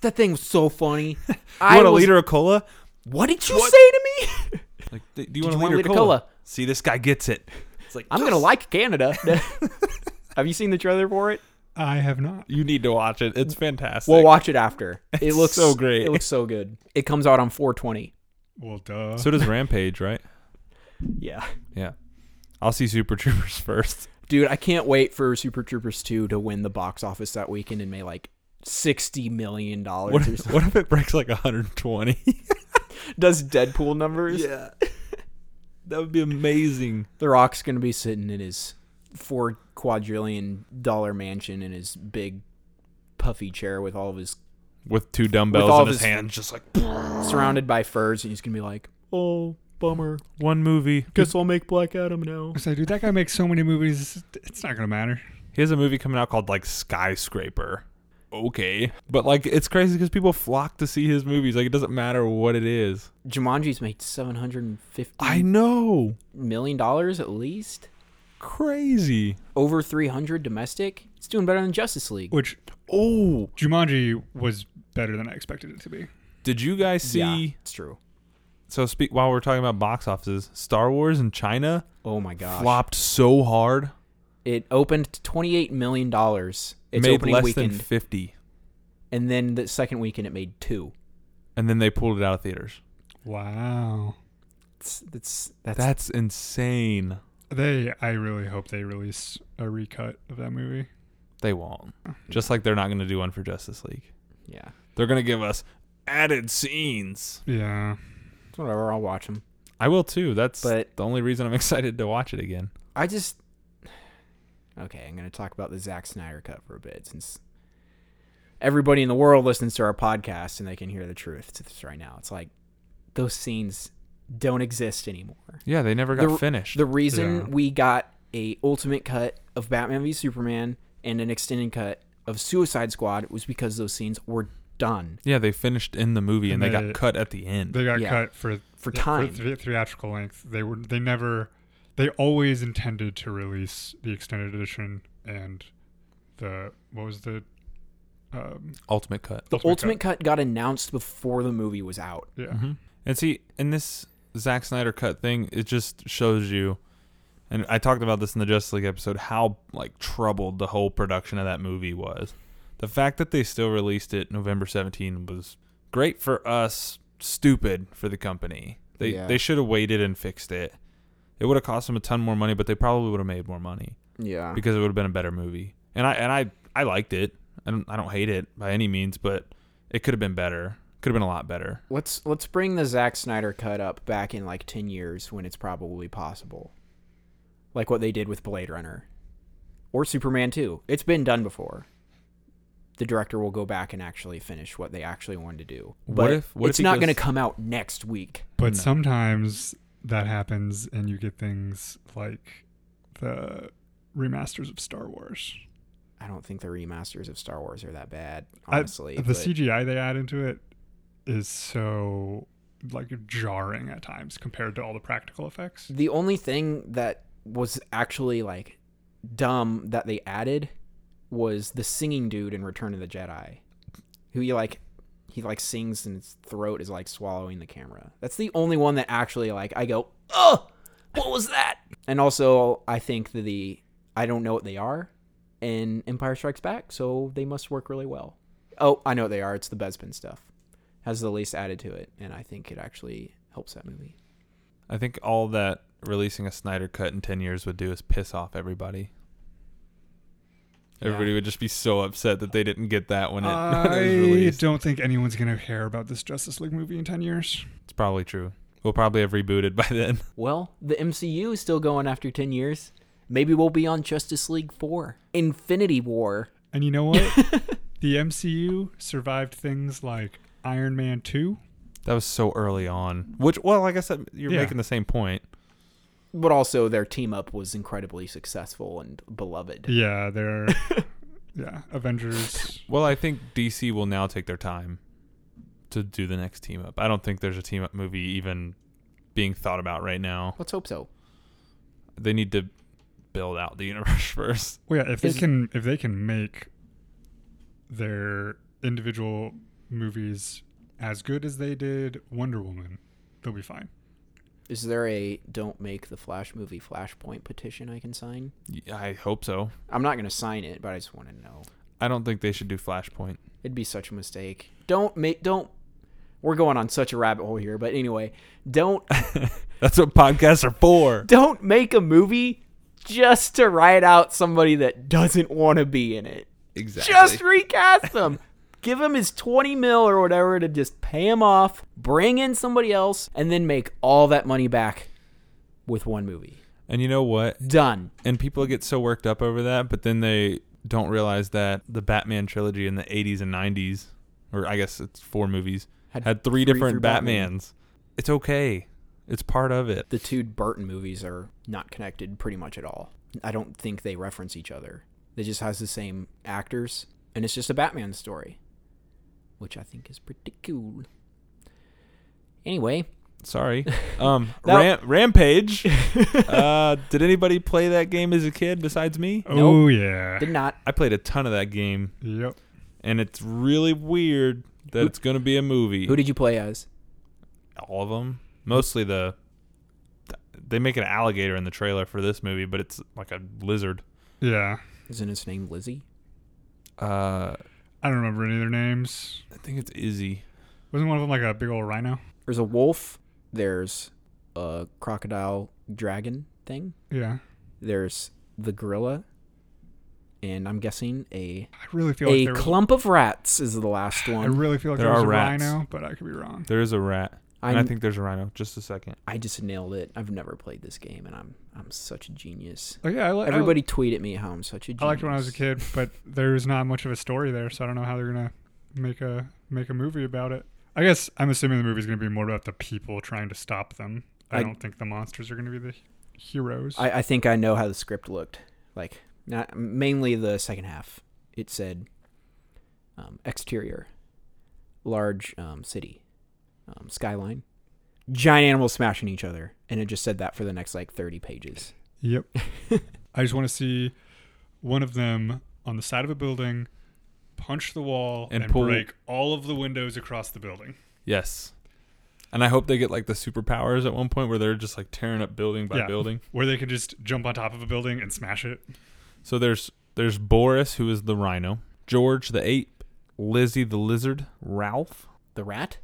Speaker 1: that thing was so funny. I
Speaker 3: want a
Speaker 1: was-
Speaker 3: liter of cola?
Speaker 1: What did you
Speaker 3: What?
Speaker 1: say to me?
Speaker 3: Like, d- do you
Speaker 1: Did
Speaker 3: want
Speaker 1: you
Speaker 3: a
Speaker 1: want
Speaker 3: liter
Speaker 1: a
Speaker 3: of
Speaker 1: liter
Speaker 3: cola?
Speaker 1: cola?
Speaker 3: See, this guy gets it. It's like
Speaker 1: I'm gonna
Speaker 3: yes.
Speaker 1: like Canada. Have you seen the trailer for it?
Speaker 2: I have not.
Speaker 3: You need to watch it. It's fantastic.
Speaker 1: We'll watch it after. It
Speaker 3: It's
Speaker 1: looks
Speaker 3: so great.
Speaker 1: It looks so good. It comes out on 420.
Speaker 2: Well, duh.
Speaker 3: so does Rampage, right?
Speaker 1: Yeah,
Speaker 3: Yeah. I'll see Super Troopers first.
Speaker 1: dude, I can't wait for Super Troopers 2 to win the box office that weekend and make like 60 million
Speaker 3: What
Speaker 1: dollars. or
Speaker 3: if,
Speaker 1: something.
Speaker 3: what if it breaks like 120?
Speaker 1: Does Deadpool numbers?
Speaker 3: yeah. That would be amazing.
Speaker 1: The Rock's gonna be sitting in his four quadrillion dollar mansion in his big puffy chair with all of his
Speaker 3: With two dumbbells
Speaker 1: all
Speaker 3: in
Speaker 1: of
Speaker 3: his,
Speaker 1: his-
Speaker 3: hands, just like
Speaker 1: surrounded by furs, and he's gonna be like, "Oh, bummer.
Speaker 3: one movie.
Speaker 1: Guess I'll make Black Adam now."
Speaker 2: So, dude, that guy makes so many movies. It's not gonna matter.
Speaker 3: He has a movie coming out called like Skyscraper. Okay. But like it's crazy because people flock to see his movies. Like it doesn't matter what it is.
Speaker 1: Jumanji's made seven hundred and
Speaker 3: I
Speaker 1: fifty
Speaker 3: know.
Speaker 1: million dollars at least,
Speaker 3: Crazy.
Speaker 1: over three hundred domestic. It's doing better than Justice League.
Speaker 2: Which
Speaker 3: Oh.
Speaker 2: Jumanji was better than I expected it to be.
Speaker 3: Did you guys see
Speaker 1: yeah, it's true.
Speaker 3: so speak while we're talking about box offices, Star Wars in China
Speaker 1: Oh my gosh!
Speaker 3: flopped so hard.
Speaker 1: It opened to twenty-eight million dollars. Its
Speaker 3: made
Speaker 1: opening
Speaker 3: less
Speaker 1: weekend,
Speaker 3: than fifty.
Speaker 1: and then the second weekend it made two.
Speaker 3: And then they pulled it out of theaters.
Speaker 2: Wow.
Speaker 1: It's, it's that's
Speaker 3: That's insane.
Speaker 2: They, I really hope they release a recut of that movie.
Speaker 3: They won't. Just like they're not going to do one for Justice League.
Speaker 1: yeah.
Speaker 3: They're going to give us added scenes.
Speaker 2: Yeah.
Speaker 1: It's Whatever, I'll watch them.
Speaker 3: I will too. That's
Speaker 1: But-
Speaker 3: the only reason I'm excited to watch it again.
Speaker 1: I just okay. I'm gonna talk about the Zack Snyder cut for a bit since everybody in the world listens to our podcast and they can hear the truth to this right now. It's like those scenes don't exist anymore.
Speaker 3: Yeah, they never got
Speaker 1: The-
Speaker 3: finished.
Speaker 1: The reason
Speaker 2: Yeah.
Speaker 1: we got a ultimate cut of Batman v Superman and an extended cut of Suicide Squad was because those scenes were done
Speaker 3: yeah, they finished in the movie and,
Speaker 2: And
Speaker 3: they
Speaker 2: they-
Speaker 3: got cut at the end.
Speaker 2: They got
Speaker 1: Yeah.
Speaker 2: cut for
Speaker 1: for
Speaker 2: yeah,
Speaker 1: time.
Speaker 2: the- theatrical length. They were they never they always intended to release the extended edition and the what was the um,
Speaker 3: Ultimate cut.
Speaker 1: the ultimate cut. got announced before the movie was out.
Speaker 2: Yeah,
Speaker 3: Mm-hmm. And see, in this Zack Snyder cut thing, it just shows you, and I talked about this in the Justice League episode, how like troubled the whole production of that movie was. The fact that they still released it November 17 was great for us, stupid for the company. They
Speaker 1: Yeah.
Speaker 3: they should have waited and fixed it. It would have cost them a ton more money, but they probably would have made more money
Speaker 1: Yeah.
Speaker 3: because it would have been a better movie. And I and I I liked it. I don't I don't hate it by any means, but it could have been better. Could have been a lot better.
Speaker 1: Let's let's bring the Zack Snyder cut up back in like 10 years when it's probably possible. Like what they did with Blade Runner or Superman 2. It's been done before. The director will go back and actually finish what they actually wanted to do. But
Speaker 3: What if- what if
Speaker 1: it's
Speaker 3: he
Speaker 1: not
Speaker 3: goes-
Speaker 1: going to come out next week.
Speaker 2: but
Speaker 3: No.
Speaker 2: sometimes that happens and you get things like the remasters of Star Wars.
Speaker 1: I don't think the remasters of Star Wars are that bad,
Speaker 2: I-
Speaker 1: honestly.
Speaker 2: the
Speaker 1: but-
Speaker 2: CGI they add into it is so like jarring at times compared to all the practical effects.
Speaker 1: the only thing that was actually like dumb that they added was the singing dude in Return of the Jedi, who he like he like sings and his throat is like swallowing the camera. That's the only one that actually like I go, oh, what was that? And also, I think that the I don't know what they are in Empire Strikes Back, so they must work really well. Oh, I know what they are. It's the Bespin stuff. Has the least added to it, and I think it actually helps that movie.
Speaker 3: I think all that releasing a Snyder cut in 10 years would do is piss off everybody. Everybody
Speaker 1: Yeah.
Speaker 3: would just be so upset that they didn't get that when it, when it was
Speaker 2: I
Speaker 3: released.
Speaker 2: don't think anyone's gonna care about this Justice League movie in ten years.
Speaker 3: It's probably true. We'll probably have rebooted by then.
Speaker 1: Well, the MCU is still going after 10 years. Maybe we'll be on Justice League 4. Infinity War.
Speaker 2: And you know what? the MCU survived things like Iron Man two.
Speaker 3: That was so early on. Which, well, like I said, you're
Speaker 2: Yeah.
Speaker 3: making the same point.
Speaker 1: But also, their team up was incredibly successful and beloved.
Speaker 2: Yeah, they're yeah Avengers.
Speaker 3: Well, I think DC will now take their time to do the next team up. I don't think there's a team up movie even being thought about right now.
Speaker 1: Let's hope so.
Speaker 3: They need to build out the universe first.
Speaker 2: Well, yeah, if
Speaker 1: Is-
Speaker 2: they can if they can make their individual movies as good as they did Wonder Woman, they'll be fine.
Speaker 1: Is there a don't make the Flash movie Flashpoint petition I can sign?
Speaker 3: Y- I hope so.
Speaker 1: I'm not going to sign it, but I just want to know.
Speaker 3: I don't think they should do Flashpoint.
Speaker 1: It'd be such a mistake. Don't make, don't. We're going on such a rabbit hole here, but anyway, don't
Speaker 3: That's what podcasts are for.
Speaker 1: don't make a movie just to write out somebody that doesn't want to be in it.
Speaker 3: Exactly.
Speaker 1: Just recast him. Give him his 20 mil or whatever to just pay him off, bring in somebody else, and then make all that money back with one movie.
Speaker 3: and you know what?
Speaker 1: Done.
Speaker 3: And people get so worked up over that, but then they don't realize that the Batman trilogy in the 80s and 90s, or I guess it's four movies,
Speaker 1: Had
Speaker 3: had, three,
Speaker 1: three
Speaker 3: different
Speaker 1: through Batman.
Speaker 3: Batmans. It's okay. It's part of it.
Speaker 1: The two Burton movies are not connected pretty much at all. I don't think they reference each other. They just has the same actors, and it's just a Batman story, which I think is pretty cool. Anyway,
Speaker 3: Sorry. Um,
Speaker 1: That-
Speaker 3: Ram- Rampage. uh, did anybody play that game as a kid besides me?
Speaker 2: Oh yeah.
Speaker 1: did not.
Speaker 3: I played a ton of that game,
Speaker 2: Yep.
Speaker 3: and it's really weird that it's going to be a movie.
Speaker 1: Who did you play as?
Speaker 3: all of them. Mostly the they make an alligator in the trailer for this movie, but it's like a lizard.
Speaker 2: Yeah.
Speaker 1: Isn't his name Lizzie?
Speaker 3: Uh,
Speaker 2: I don't remember any of their names.
Speaker 3: I think it's Izzy.
Speaker 2: Wasn't one of them like a big old rhino?
Speaker 1: There's a wolf. There's a crocodile dragon thing.
Speaker 2: Yeah.
Speaker 1: There's the gorilla. And I'm guessing a
Speaker 2: I really feel
Speaker 1: a
Speaker 2: like there was,
Speaker 1: clump of rats is the last
Speaker 2: I
Speaker 1: one.
Speaker 2: really feel like
Speaker 3: There
Speaker 2: there was
Speaker 3: are
Speaker 2: a
Speaker 3: rats.
Speaker 2: rhino, but I could be wrong.
Speaker 3: There is a rat. And
Speaker 1: I
Speaker 3: I think there's a rhino. Just a second.
Speaker 1: I just nailed it. I've never played this game, and I'm I'm such a genius.
Speaker 2: Oh yeah, I li- I,
Speaker 1: Everybody tweet at me how I'm such a genius.
Speaker 2: I liked it when I was a kid, but there's not much of a story there, so I don't know how they're gonna make a make a movie about it. I guess I'm assuming the movie's gonna be more about the people trying to stop them. I,
Speaker 1: I-
Speaker 2: don't think the monsters are gonna be the heroes.
Speaker 1: I, I think I know how the script looked. Like not mainly the second half. It said um, exterior, large um, city, um, skyline, giant animals smashing each other, and it just said that for the next like thirty pages.
Speaker 2: Yep. I just want to see one of them on the side of a building punch the wall and,
Speaker 3: And pull-
Speaker 2: break all of the windows across the building.
Speaker 3: Yes. And I hope they get like the superpowers at one point where they're just like tearing up building by
Speaker 2: Yeah.
Speaker 3: building.
Speaker 2: Where they could just jump on top of a building and smash it.
Speaker 3: So there's there's Boris who is the rhino, George the ape, Lizzie the lizard, Ralph.
Speaker 1: The rat?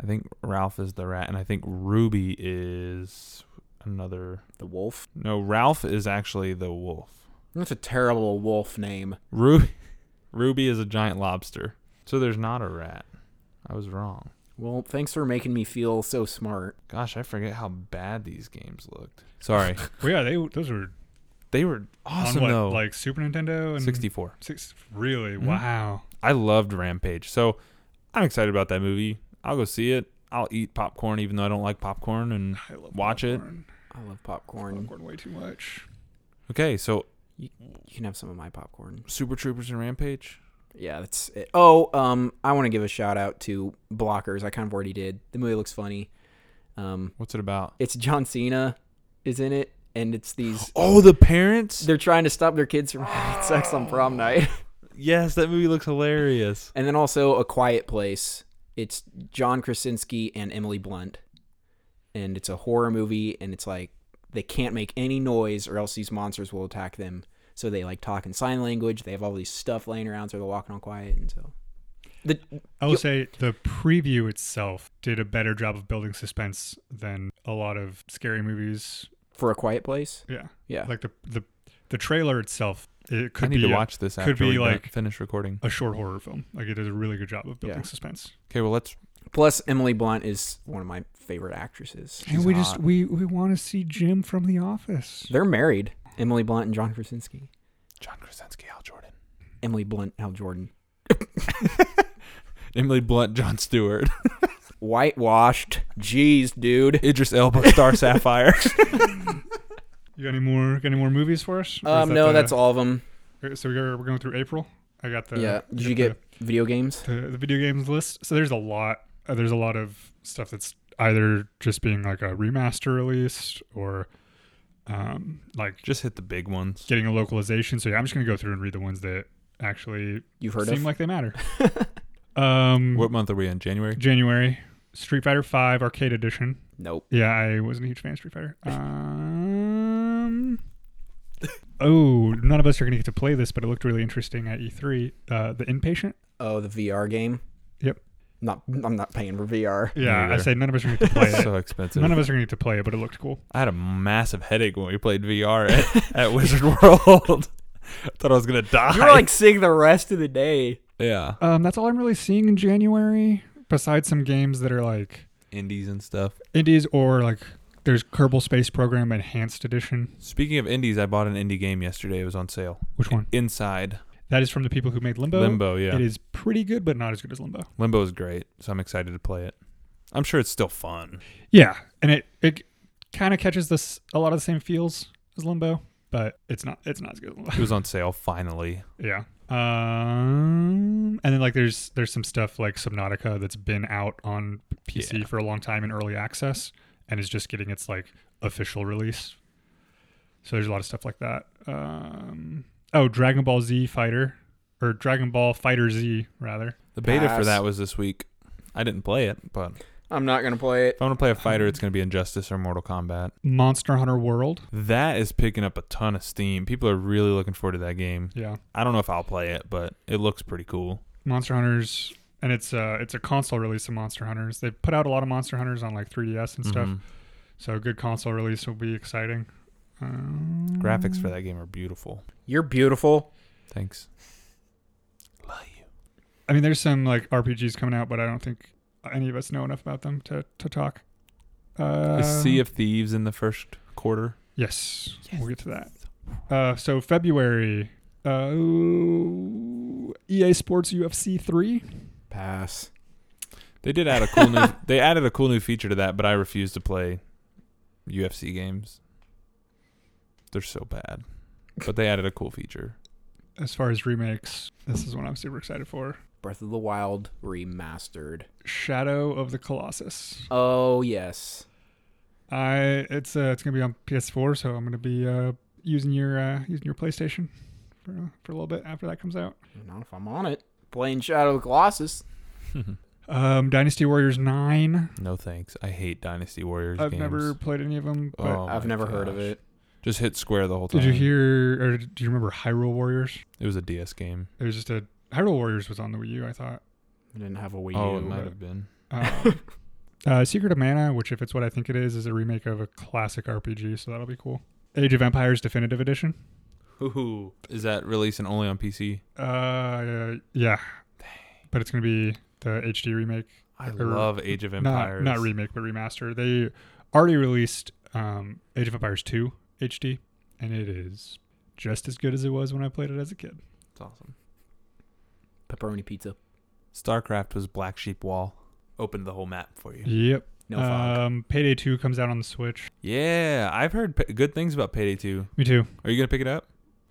Speaker 3: I think Ralph is the rat, and I think Ruby is another.
Speaker 1: The wolf?
Speaker 3: No, Ralph is actually the wolf.
Speaker 1: That's a terrible wolf name.
Speaker 3: Ruby, Ruby is a giant lobster. So there's not a rat. I was wrong.
Speaker 1: Well, thanks for making me feel so smart.
Speaker 3: Gosh, I forget how bad these games looked. Sorry,
Speaker 2: Well, yeah, they those were
Speaker 3: they were
Speaker 2: on
Speaker 3: awesome
Speaker 2: what,
Speaker 3: though.
Speaker 2: like Super Nintendo and
Speaker 3: 64.
Speaker 2: Six, really? Wow.
Speaker 3: I loved Rampage. So I'm excited about that movie. I'll go see it. I'll eat popcorn even though I don't like popcorn and
Speaker 2: I love
Speaker 3: watch it.
Speaker 2: popcorn.
Speaker 1: I love popcorn.
Speaker 2: Popcorn way too much.
Speaker 3: Okay, so
Speaker 1: You can have some of my popcorn.
Speaker 3: Super Troopers and Rampage.
Speaker 1: Yeah, that's it. Oh, um, I want to give a shout out to Blockers. I kind of already did. The movie looks funny. Um,
Speaker 3: What's it about?
Speaker 1: it's John Cena is in it, and it's these.
Speaker 3: Oh, the parents?
Speaker 1: They're trying to stop their kids from having sex on prom night,
Speaker 3: Yes, that movie looks hilarious.
Speaker 1: and then also A Quiet Place. It's John Krasinski and Emily Blunt, and it's a horror movie, and it's like they can't make any noise or else these monsters will attack them. So they like talk in sign language. They have all these stuff laying around, so they're walking on quiet, and so. The,
Speaker 2: I will say the preview itself did a better job of building suspense than a lot of scary movies.
Speaker 1: for a quiet place,
Speaker 2: Yeah.
Speaker 1: yeah.
Speaker 2: Like the the the trailer itself, it could
Speaker 3: I need
Speaker 2: be
Speaker 3: to
Speaker 2: a-
Speaker 3: watch this
Speaker 2: could
Speaker 3: after
Speaker 2: be
Speaker 3: we done-
Speaker 2: like-
Speaker 3: finish recording.
Speaker 2: a short horror film. Like it does a really good job of building
Speaker 1: Yeah.
Speaker 2: suspense.
Speaker 3: Okay, well let's
Speaker 1: Plus, Emily Blunt is one of my favorite actresses.
Speaker 3: And She's we just- hot.
Speaker 2: we we want to see Jim from The Office.
Speaker 1: They're married, Emily Blunt and John Krasinski.
Speaker 3: John Krasinski, Al Jordan.
Speaker 1: Emily Blunt, Al Jordan.
Speaker 3: Emily Blunt, John Stewart,
Speaker 1: Whitewashed. Jeez, dude.
Speaker 3: Idris Elba, Star Sapphire.
Speaker 2: You got any more got any more movies for us? Or is
Speaker 1: Um,
Speaker 2: that
Speaker 1: no,
Speaker 2: the-
Speaker 1: that's all of them.
Speaker 2: okay, So we're, we're going through April. I got the
Speaker 1: yeah.
Speaker 2: I
Speaker 1: Did
Speaker 2: got
Speaker 1: you get video games?
Speaker 2: the, the, the video games list? So there's a lot. Uh, there's a lot of stuff that's either just being like a remaster released or um like
Speaker 3: Just hit the big ones.
Speaker 2: getting a localization. So yeah, I'm just gonna go through and read the ones that actually
Speaker 1: You've heard
Speaker 2: seem
Speaker 1: of?
Speaker 2: like they matter. um,
Speaker 3: What month are we in? January?
Speaker 2: January Street Fighter Five Arcade Edition.
Speaker 1: nope.
Speaker 2: Yeah, I wasn't a huge fan of Street Fighter. Um, oh, none of us are going to get to play this, but it looked really interesting at E3. Uh, the Inpatient?
Speaker 1: Oh, the VR game.
Speaker 2: Yep.
Speaker 1: Not. I'm not paying for VR.
Speaker 2: Yeah, I
Speaker 3: Neither.
Speaker 2: said none of us are going to get to play it.
Speaker 3: so expensive.
Speaker 2: none of us are going to get to play it, but it looked cool.
Speaker 3: I had a massive headache when we played VR at, at Wizard World. I thought I was gonna die.
Speaker 1: You were like sick the rest of the day.
Speaker 3: yeah,
Speaker 2: Um, that's all I'm really seeing in January, besides some games that are like
Speaker 3: indies and stuff.
Speaker 2: indies or like there's Kerbal Space Program Enhanced Edition.
Speaker 3: Speaking of indies, I bought an indie game yesterday. It was on sale.
Speaker 2: Which one?
Speaker 3: Inside
Speaker 2: That is from the people who made Limbo.
Speaker 3: Limbo, yeah,
Speaker 2: It is pretty good, but not as good as Limbo.
Speaker 3: Limbo is great, so I'm excited to play it. I'm sure it's still fun.
Speaker 2: Yeah, and it it kind of catches this a lot of the same feels as Limbo, but it's not it's not as good as Limbo.
Speaker 3: It was on sale finally.
Speaker 2: yeah. Um, and then like there's there's some stuff like Subnautica that's been out on PC
Speaker 3: Yeah.
Speaker 2: for a long time in early access and is just getting its like official release. So there's a lot of stuff like that. Um, oh, Dragon Ball Z Fighter or Dragon Ball Fighter Z rather.
Speaker 3: The beta for
Speaker 1: Pass.
Speaker 3: that was this week. I didn't play it, but if
Speaker 1: I'm not gonna play it.
Speaker 3: I want to play a fighter, it's gonna be Injustice or Mortal Kombat.
Speaker 2: Monster Hunter World.
Speaker 3: That is picking up a ton of steam. People are really looking forward to that game.
Speaker 2: Yeah.
Speaker 3: I don't know if I'll play it, but it looks pretty cool.
Speaker 2: Monster Hunters, and it's a it's a console release of Monster Hunters. They put out a lot of Monster Hunters on like 3DS and stuff,
Speaker 3: Mhm.
Speaker 2: so a good console release will be exciting. Um,
Speaker 3: Graphics
Speaker 1: Mm.
Speaker 3: for that game are beautiful.
Speaker 1: You're beautiful.
Speaker 3: Thanks. Love you.
Speaker 2: I mean, there's some like RPGs coming out, but I don't think any of us know enough about them to to talk. Uh,
Speaker 3: Is Sea of Thieves in the first quarter?
Speaker 2: yes,
Speaker 3: Yes.
Speaker 2: we'll get to that. Uh, so February, uh, EA Sports UFC three.
Speaker 1: Pass.
Speaker 3: They did add a cool new. They added a cool new feature to that, but I refuse to play UFC games. They're so bad, but they added a cool feature.
Speaker 2: As far as remakes, this is one I'm super excited for.
Speaker 1: Breath of the Wild remastered.
Speaker 2: Shadow of the Colossus.
Speaker 1: Oh yes.
Speaker 2: I it's uh, it's gonna be on PS4, so I'm gonna be uh, using your uh, using your PlayStation for for a little bit after that comes out.
Speaker 1: Not if I'm on it. Playing Shadow of the Colossus.
Speaker 2: Um, Dynasty Warriors nine.
Speaker 3: no thanks. I hate Dynasty Warriors.
Speaker 2: I've
Speaker 3: games.
Speaker 2: never played any of them, but
Speaker 3: Oh
Speaker 1: I've
Speaker 3: my
Speaker 1: never heard of
Speaker 3: gosh.
Speaker 1: it.
Speaker 3: Just hit square the whole time.
Speaker 2: did you hear or do you remember Hyrule Warriors?
Speaker 3: It was a DS game.
Speaker 2: It was just a Hyrule Warriors was on the Wii U, I thought.
Speaker 1: I didn't have a Wii
Speaker 3: oh, it
Speaker 1: U.
Speaker 3: might
Speaker 2: but-
Speaker 3: have been.
Speaker 2: Um, uh, Secret of Mana, which if it's what I think it is, is a remake of a classic RPG, so that'll be cool. Age of Empires Definitive Edition.
Speaker 3: Ooh, is that releasing only on PC?
Speaker 2: Uh, yeah, but it's gonna be the HD remake.
Speaker 3: I
Speaker 2: Or-
Speaker 3: love Age of
Speaker 2: Not
Speaker 3: Empires.
Speaker 2: not remake, but remaster. They already released um, Age of Empires 2 HD, and it is just as good as it was when I played it as a kid.
Speaker 3: It's awesome.
Speaker 1: Pepperoni pizza.
Speaker 3: StarCraft was Black Sheep Wall. Opened the whole map for you.
Speaker 2: Yep.
Speaker 1: No fog.
Speaker 2: Um, Payday 2 comes out on the Switch.
Speaker 3: Yeah, I've heard p- good things about Payday 2.
Speaker 2: Me too.
Speaker 3: Are you gonna pick it up?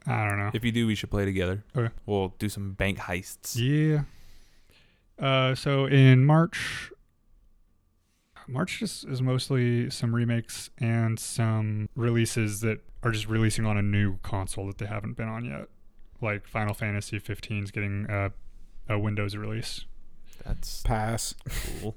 Speaker 2: I don't know.
Speaker 3: If you do, we should play together.
Speaker 2: Okay.
Speaker 3: We'll do some bank heists.
Speaker 2: Yeah. Uh, so in March, March just is mostly some remakes and some releases that are just releasing on a new console that they haven't been on yet. Like Final Fantasy 15 is getting uh, a Windows release.
Speaker 3: That's
Speaker 1: Pass.
Speaker 3: cool.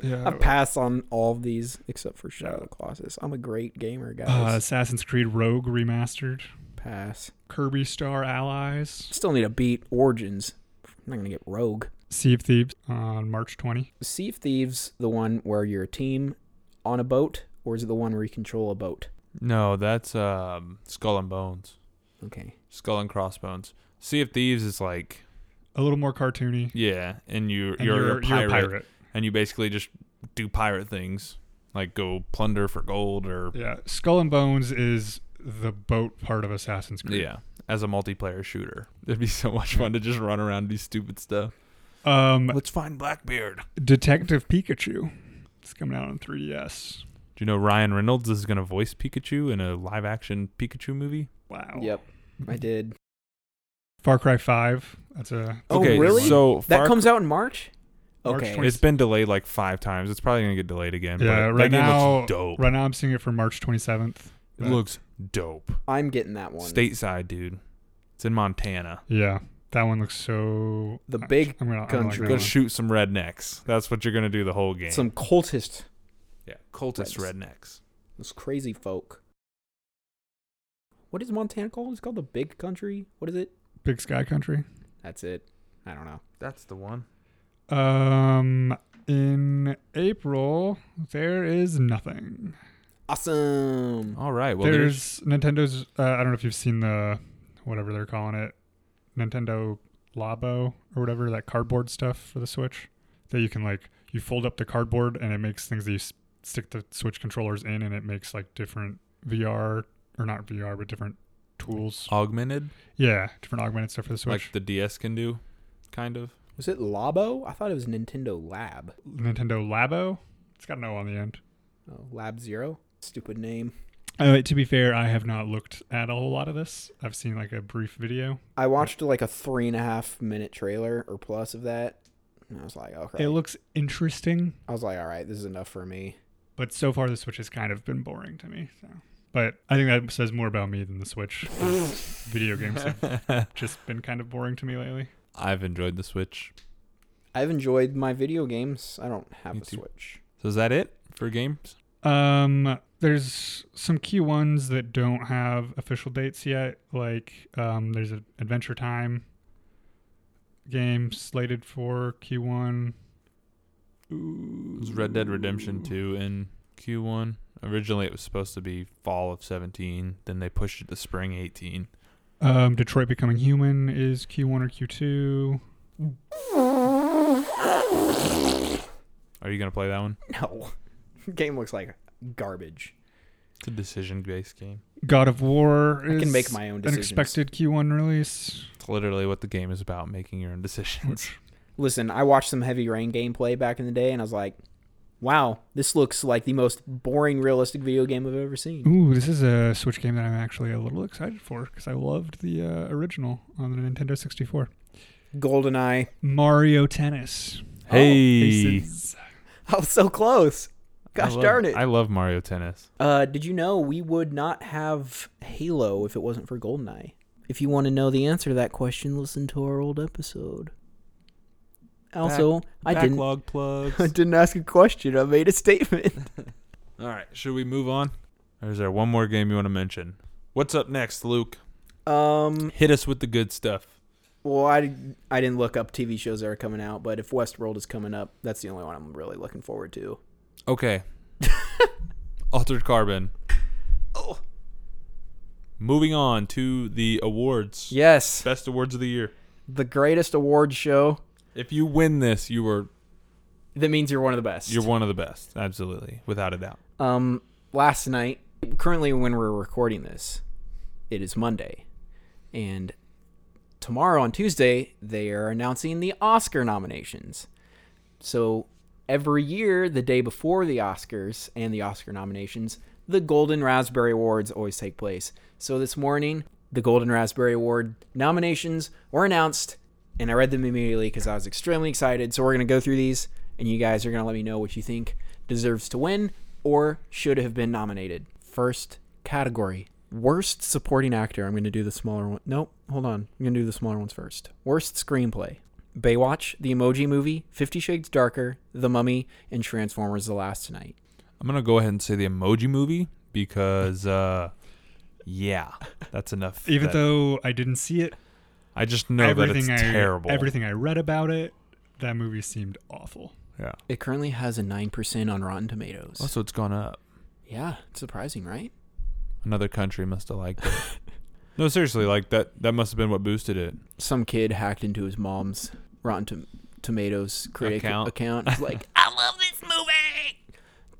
Speaker 2: Yeah.
Speaker 1: I pass on all of these except for Shadow of the Colossus. I'm a great gamer,
Speaker 2: Uh,
Speaker 1: guys.
Speaker 2: Assassin's Creed Rogue remastered.
Speaker 1: pass.
Speaker 2: Kirby Star Allies.
Speaker 1: Still need to beat Origins. I'm not gonna get Rogue.
Speaker 2: Sea of Thieves on March 20.
Speaker 1: Sea of Thieves, the one where you're a team on a boat, or is it the one where you control a boat?
Speaker 3: No, that's um, Skull and Bones.
Speaker 1: Okay.
Speaker 3: Skull and Crossbones. Sea of Thieves is like
Speaker 2: A little more cartoony.
Speaker 3: yeah, and you
Speaker 2: And
Speaker 3: you're, a pirate,
Speaker 2: pirate.
Speaker 3: and you basically just do pirate things like go plunder for gold or
Speaker 2: Yeah. Skull and Bones is the boat part of Assassin's Creed.
Speaker 3: yeah, as a multiplayer shooter. It'd be so much fun to just run around and do stupid stuff.
Speaker 2: Um,
Speaker 3: Let's find Blackbeard.
Speaker 2: Detective Pikachu. It's coming out on 3DS.
Speaker 3: Do you know Ryan Reynolds is going to voice Pikachu in a live action Pikachu movie?
Speaker 2: Wow.
Speaker 1: Yep. I did.
Speaker 2: Far Cry 5. That's a
Speaker 1: Oh,
Speaker 3: okay,
Speaker 1: really?
Speaker 3: So
Speaker 1: That
Speaker 3: Far
Speaker 1: comes out in March.
Speaker 2: March
Speaker 1: Okay.
Speaker 2: 20
Speaker 3: It's been delayed like five times. It's probably gonna get delayed again.
Speaker 2: yeah.
Speaker 3: but
Speaker 2: Right
Speaker 3: that game
Speaker 2: now,
Speaker 3: looks dope.
Speaker 2: right now I'm seeing it for March 27th.
Speaker 3: it looks dope.
Speaker 1: I'm getting that one.
Speaker 3: Stateside, dude. It's in Montana.
Speaker 2: Yeah, that one looks so.
Speaker 1: The big
Speaker 2: I'm gonna,
Speaker 1: country.
Speaker 2: I'm
Speaker 3: Go
Speaker 2: gonna
Speaker 1: Good
Speaker 2: like
Speaker 3: shoot some rednecks. That's what you're gonna do the whole game.
Speaker 1: Some cultist,
Speaker 3: yeah, cultist
Speaker 1: Reds.
Speaker 3: rednecks.
Speaker 1: those crazy folk. What is Montana called? It's called the Big Country. What is it?
Speaker 2: that one. big sky country.
Speaker 1: That's it. I don't know.
Speaker 3: That's the one.
Speaker 2: Um, in April there is nothing.
Speaker 1: Awesome.
Speaker 3: All right. Well, there's,
Speaker 2: there's Nintendo's. Uh, I don't know if you've seen the whatever they're calling it, Nintendo Labo or whatever that cardboard stuff for the Switch that you can like you fold up the cardboard and it makes things that you s- stick the Switch controllers in and it makes like different VR or not VR but different tools.
Speaker 3: augmented,
Speaker 2: Yeah, different augmented stuff for the Switch.
Speaker 3: like the DS can do, kind of.
Speaker 1: Was it Labo? I thought it was Nintendo Lab.
Speaker 2: Nintendo Labo. It's got an O on the end.
Speaker 1: Oh, Lab Zero. Stupid name.
Speaker 2: Uh, to be fair, I have not looked at a whole lot of this. I've seen like a brief video.
Speaker 1: I watched like a three and a half minute trailer or plus of that, and I was like, okay.
Speaker 2: It looks interesting.
Speaker 1: I was like, all right, this is enough for me.
Speaker 2: but so far the Switch has kind of been boring to me. So, but I think that says more about me than the Switch. 'cause video games have just been kind of boring to me lately.
Speaker 3: I've enjoyed the Switch.
Speaker 1: I've enjoyed my video games. I don't have
Speaker 3: Me
Speaker 1: a
Speaker 3: too.
Speaker 1: Switch.
Speaker 3: So is that it for games?
Speaker 2: Um, there's some key ones that don't have official dates yet. Like, um, there's an Adventure Time game slated for Q1.
Speaker 3: It was Red Dead Redemption 2 in Q1. Originally, it was supposed to be fall of 17. Then they pushed it to spring 18.
Speaker 2: Um, Detroit Becoming Human is Q1 or Q2.
Speaker 3: Are you gonna play that one?
Speaker 1: No, game looks like garbage.
Speaker 3: It's a decision-based game.
Speaker 2: God of War
Speaker 1: I
Speaker 2: is
Speaker 1: can make my own
Speaker 2: an
Speaker 1: decisions.
Speaker 2: expected Q1 release.
Speaker 3: It's literally what the game is about: making your own decisions.
Speaker 1: Listen, I watched some Heavy Rain gameplay back in the day, and I was like, "Wow, this looks like the most boring realistic video game I've ever seen."
Speaker 3: Mm.
Speaker 2: Ooh, this is a Switch game that I'm actually a little excited for because I loved the uh, original on the Nintendo 64.
Speaker 1: Goldeneye.
Speaker 2: Mario Tennis.
Speaker 3: hey,
Speaker 1: I was so close.
Speaker 3: I
Speaker 1: Gosh
Speaker 3: love-
Speaker 1: darn it.
Speaker 3: I love Mario Tennis.
Speaker 1: Uh, did you know we would not have Halo if it wasn't for Goldeneye? If you want to know the answer to that question, listen to our old episode. Also, I didn't
Speaker 3: Backlog plugs.
Speaker 1: I didn't ask a question. I made a statement.
Speaker 3: All right, should we move on? Or is there one more game you want to mention? What's up next, Luke?
Speaker 1: Um,
Speaker 3: Hit us with the good stuff.
Speaker 1: well, I, I didn't look up TV shows that are coming out, but if Westworld is coming up, that's the only one I'm really looking forward to.
Speaker 3: Okay. Altered Carbon.
Speaker 1: Oh.
Speaker 3: Moving on to the awards.
Speaker 1: Yes,
Speaker 3: Best awards of the year.
Speaker 1: the greatest award show.
Speaker 3: If you win this, you were
Speaker 1: That means you're one of the best.
Speaker 3: you're one of the best. Absolutely, without a doubt.
Speaker 1: Um, last night, currently when we're recording this, it is Monday, and tomorrow on Tuesday they are announcing the Oscar nominations. So every year, the day before the Oscars and the Oscar nominations, the Golden Raspberry Awards always take place. So this morning, the Golden Raspberry Award nominations were announced, and I read them immediately because I was extremely excited. So we're gonna go through these, and you guys are gonna let me know what you think deserves to win or should have been nominated. First category. Worst supporting actor. I'm going to do the smaller one. Nope. Hold on. I'm going to do the smaller ones first. Worst screenplay. Baywatch, The Emoji Movie, Fifty Shades Darker, The Mummy, and Transformers The Last Night.
Speaker 3: I'm gonna go ahead and say the Emoji Movie because, uh, yeah, that's enough.
Speaker 2: Even
Speaker 3: that-
Speaker 2: though I didn't see it,
Speaker 3: I just know that
Speaker 2: everything
Speaker 3: it's
Speaker 2: I
Speaker 3: terrible.
Speaker 2: everything I read about it, that movie seemed awful.
Speaker 3: Yeah.
Speaker 1: It currently has a 9% on Rotten Tomatoes.
Speaker 3: Also, it's gone up.
Speaker 1: yeah, it's surprising, right?
Speaker 3: Another country must have liked it. no, seriously, like that. That must have been what boosted it.
Speaker 1: Some kid hacked into his mom's Rotten Tom- Tomatoes critic
Speaker 3: Account.
Speaker 1: account. He's like, I love this movie!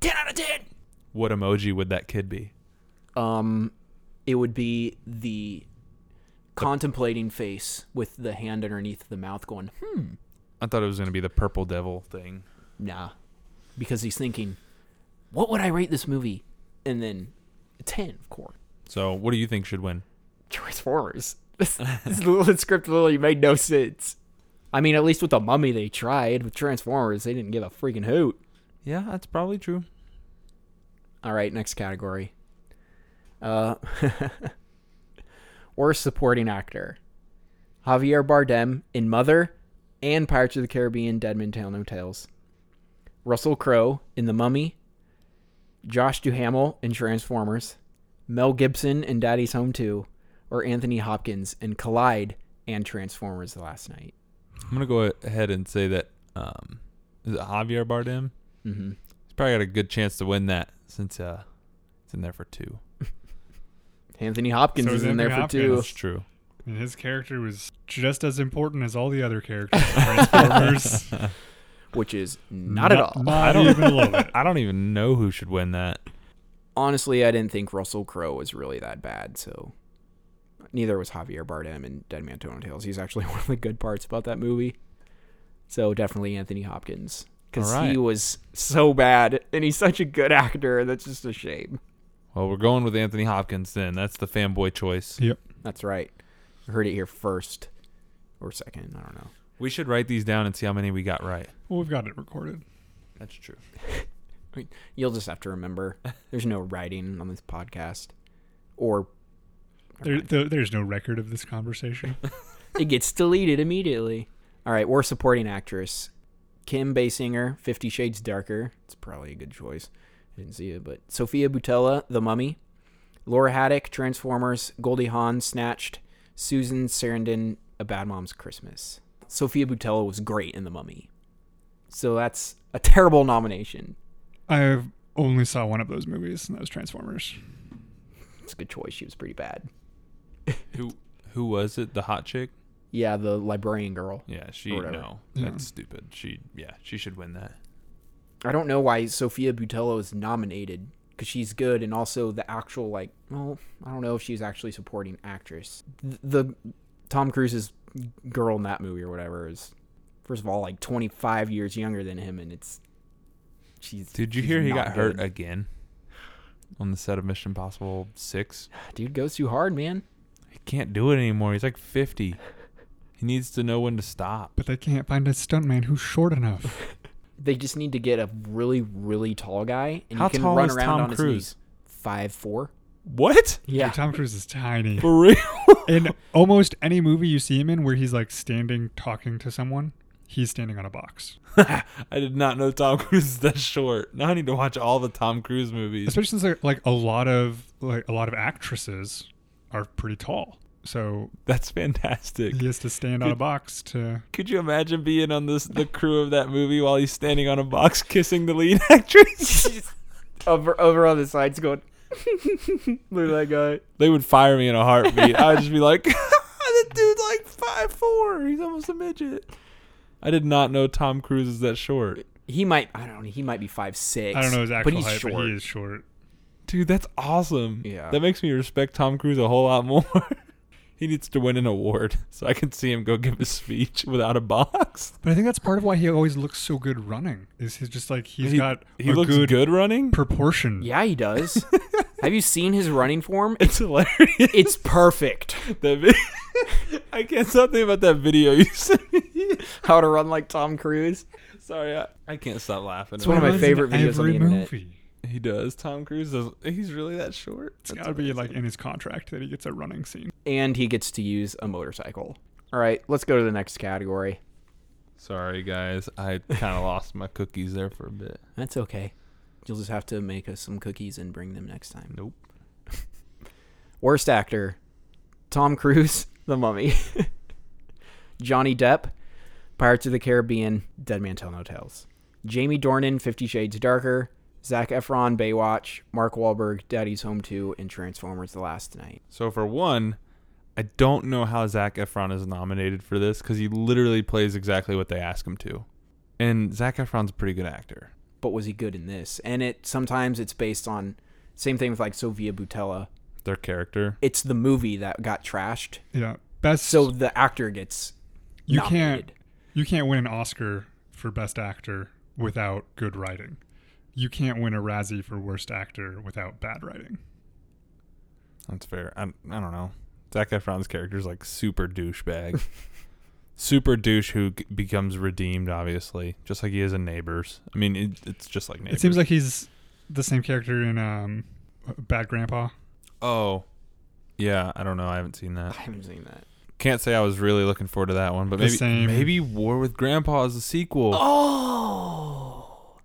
Speaker 1: 10 out of 10!
Speaker 3: What emoji would that kid be?
Speaker 1: um it would be the contemplating face with the hand underneath the mouth going hmm
Speaker 3: I thought it was gonna be the purple devil thing.
Speaker 1: nah because he's thinking what would i rate this movie and then 10 of course
Speaker 3: So, what do you think should win?
Speaker 1: transformers this, this little script literally made no sense i mean at least with the mummy they tried with transformers they didn't give a freaking hoot
Speaker 3: Yeah, that's probably true.
Speaker 1: All right, next category. Uh, worst supporting actor: Javier Bardem in *Mother* and *Pirates of the Caribbean: Dead Men Tell No Tales*. Russell Crowe in *The Mummy*. Josh Duhamel in *Transformers*. Mel Gibson in *Daddy's Home 2*, or Anthony Hopkins in *Collide* and *Transformers: The Last Night*.
Speaker 3: I'm gonna go ahead and say that. Um, is it Javier Bardem?
Speaker 1: Mm-hmm.
Speaker 3: He's probably got a good chance to win that since uh, it's in there for two.
Speaker 1: Anthony Hopkins
Speaker 2: So
Speaker 1: is
Speaker 2: is
Speaker 1: in there
Speaker 2: Anthony
Speaker 1: for
Speaker 2: Two.
Speaker 1: two.
Speaker 3: That's true.
Speaker 2: And his character was just as important as all the other characters. in Transformers.
Speaker 1: which is not, at all.
Speaker 2: Not
Speaker 3: I don't-
Speaker 2: even a little bit.
Speaker 3: I don't even know who should win that.
Speaker 1: honestly, I didn't think Russell Crowe was really that bad. So neither was Javier Bardem in Dead Man Tell No Tales. He's actually one of the good parts about that movie. So definitely Anthony Hopkins because
Speaker 3: All
Speaker 1: he
Speaker 3: right.
Speaker 1: was so bad and he's such a good actor. That's just a shame.
Speaker 3: Well, we're going with Anthony Hopkins then. That's the fanboy choice.
Speaker 2: Yep.
Speaker 1: That's right. I heard it here first or second. I don't know.
Speaker 3: We should write these down and see how many we got right.
Speaker 2: Well, we've got it recorded.
Speaker 3: That's true.
Speaker 1: You'll just have to remember. There's no writing on this podcast, or
Speaker 2: There, there, there's no record of this conversation.
Speaker 1: it gets deleted immediately. All right, we're supporting actress. Kim Basinger, Fifty Shades Darker. It's probably a good choice. I didn't see it, but Sophia Butella, The Mummy. Laura Haddock, Transformers. Goldie Hawn, Snatched. Susan Sarandon, A Bad Mom's Christmas. Sophia Butella was great in The Mummy. So that's a terrible nomination.
Speaker 2: I only saw one of those movies, and that was Transformers.
Speaker 1: It's a good choice. She was pretty bad.
Speaker 3: Who who was it? The hot chick?
Speaker 1: Yeah, the librarian girl.
Speaker 3: Yeah, she
Speaker 1: Or whatever.
Speaker 3: no.
Speaker 2: Yeah.
Speaker 3: That's stupid. She yeah, she should win that.
Speaker 1: I don't know why Sophia Butello is nominated because she's good and also the actual like well I don't know if she's actually supporting actress. Th- The Tom Cruise's girl in that movie or whatever is first of all like 25 years younger than him and it's she's
Speaker 3: Did you
Speaker 1: she's
Speaker 3: hear he
Speaker 1: not
Speaker 3: got hurt
Speaker 1: good.
Speaker 3: again on the set of Mission Impossible 6?
Speaker 1: Dude goes too hard, man.
Speaker 3: He can't do it anymore. He's like 50. He needs to know when to stop.
Speaker 2: But they can't find a stuntman who's short enough.
Speaker 1: They just need to get a really really tall guy and
Speaker 3: How
Speaker 1: he can
Speaker 3: tall
Speaker 1: run
Speaker 3: is
Speaker 1: around
Speaker 3: Tom
Speaker 1: on his
Speaker 3: Cruise?
Speaker 1: knees. 5'4".
Speaker 3: What?
Speaker 1: Yeah.
Speaker 2: Dude, Tom Cruise is tiny.
Speaker 3: For real?
Speaker 2: In almost any movie you see him in where he's like standing talking to someone, he's standing on a box.
Speaker 3: I did not know Tom Cruise is that short. Now I need to watch all the Tom Cruise movies.
Speaker 2: Especially since like, like a lot of like a lot of actresses are pretty tall. So
Speaker 3: That's fantastic.
Speaker 2: he has to stand on a box to
Speaker 3: Could you imagine being on this the crew of that movie while he's standing on a box kissing the lead actress?
Speaker 1: over over on the sides going look at that guy
Speaker 3: they would fire me in a heartbeat. I would just be like, "The dude's like five four. He's almost a midget." I did not know Tom Cruise is that short,
Speaker 1: he might i don't know he might be five six
Speaker 2: I don't know his actual
Speaker 1: but he's
Speaker 2: height,
Speaker 1: short
Speaker 2: but he is short.
Speaker 3: dude. That's awesome.
Speaker 1: Yeah.
Speaker 3: that makes me respect Tom Cruise a whole lot more. he needs to win an award so I can see him go give a speech without a box.
Speaker 2: But I think that's part of why he always looks so good running. Is he's just like he's
Speaker 3: he,
Speaker 2: got
Speaker 3: he
Speaker 2: a
Speaker 3: looks
Speaker 2: good,
Speaker 3: good, running.
Speaker 2: proportion.
Speaker 1: yeah he does have you seen his running form
Speaker 3: It's hilarious.
Speaker 1: it's perfect
Speaker 3: that vi- I can't stop thinking about that video you sent me.
Speaker 1: how to run like tom cruise
Speaker 3: Sorry, I, I can't stop laughing.
Speaker 1: It's one of
Speaker 3: about
Speaker 1: my
Speaker 2: Runs in
Speaker 1: favorite videos on
Speaker 2: every
Speaker 1: the internet.
Speaker 2: movie.
Speaker 3: it. He does. Tom Cruise is. He's really that short.
Speaker 2: It's gotta be like in his contract that he gets a running scene.
Speaker 1: and he gets to use a motorcycle all right let's go to the next category
Speaker 3: Sorry, guys. I kind of lost my cookies there for a bit.
Speaker 1: that's okay you'll just have to make us some cookies and bring them next time
Speaker 3: Nope.
Speaker 1: worst actor tom cruise the mummy johnny depp pirates of the caribbean dead man tell no tales jamie dornan 50 shades darker zach efron baywatch mark Wahlberg, daddy's home 2 and transformers the last night
Speaker 3: So for one, I don't know how Zach Efron is nominated for this because he literally plays exactly what they ask him to, and Zach Efron's a pretty good actor.
Speaker 1: but was he good in this and it sometimes it's based on same thing with like sofia butella
Speaker 3: Their character.
Speaker 1: it's the movie that got trashed
Speaker 2: Yeah. Best
Speaker 1: so the actor gets
Speaker 2: you
Speaker 1: nominated.
Speaker 2: can't you can't win an Oscar for best actor without good writing. You can't win a Razzie for worst actor without bad writing.
Speaker 3: That's fair. I, I don't know. Zac Efron's character is like super douchebag. super douche who g- becomes redeemed, obviously, just like he is in Neighbors. I mean, it, it's just like Neighbors.
Speaker 2: It seems like he's the same character in um, Bad Grandpa.
Speaker 3: Oh. Yeah, I don't know. I haven't seen
Speaker 1: i
Speaker 3: that.
Speaker 1: haven't seen that
Speaker 3: Can't say I was really looking forward to that one, but
Speaker 2: The
Speaker 3: maybe
Speaker 2: same.
Speaker 3: maybe War with Grandpa is a sequel.
Speaker 1: oh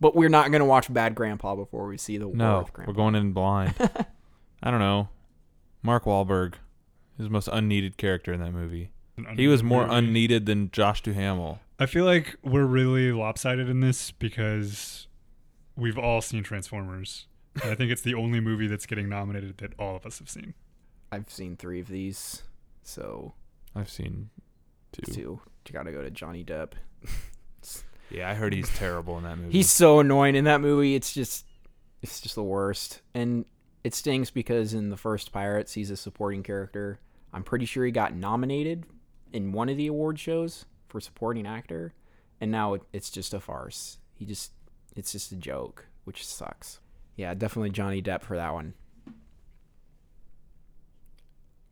Speaker 1: but we're not gonna watch bad grandpa before we see the war
Speaker 3: no,
Speaker 1: of grandpa
Speaker 3: we're going in blind. I don't know. Mark Wahlberg is the most unneeded character in that movie. He was more
Speaker 2: Movie.
Speaker 3: unneeded than Josh Duhamel.
Speaker 2: I feel like we're really lopsided in this because we've all seen Transformers. And I think it's the only movie that's getting nominated that all of us have seen.
Speaker 1: i've seen three of these so
Speaker 3: I've seen two.
Speaker 1: two you gotta go to johnny depp
Speaker 3: Yeah, I heard he's terrible in that movie.
Speaker 1: he's so annoying in that movie it's just it's just the worst and it stings because in the first pirates he's a supporting character i'm pretty sure he got nominated in one of the award shows for supporting actor and now it, it's just a farce he just it's just a joke which sucks yeah definitely johnny depp for that one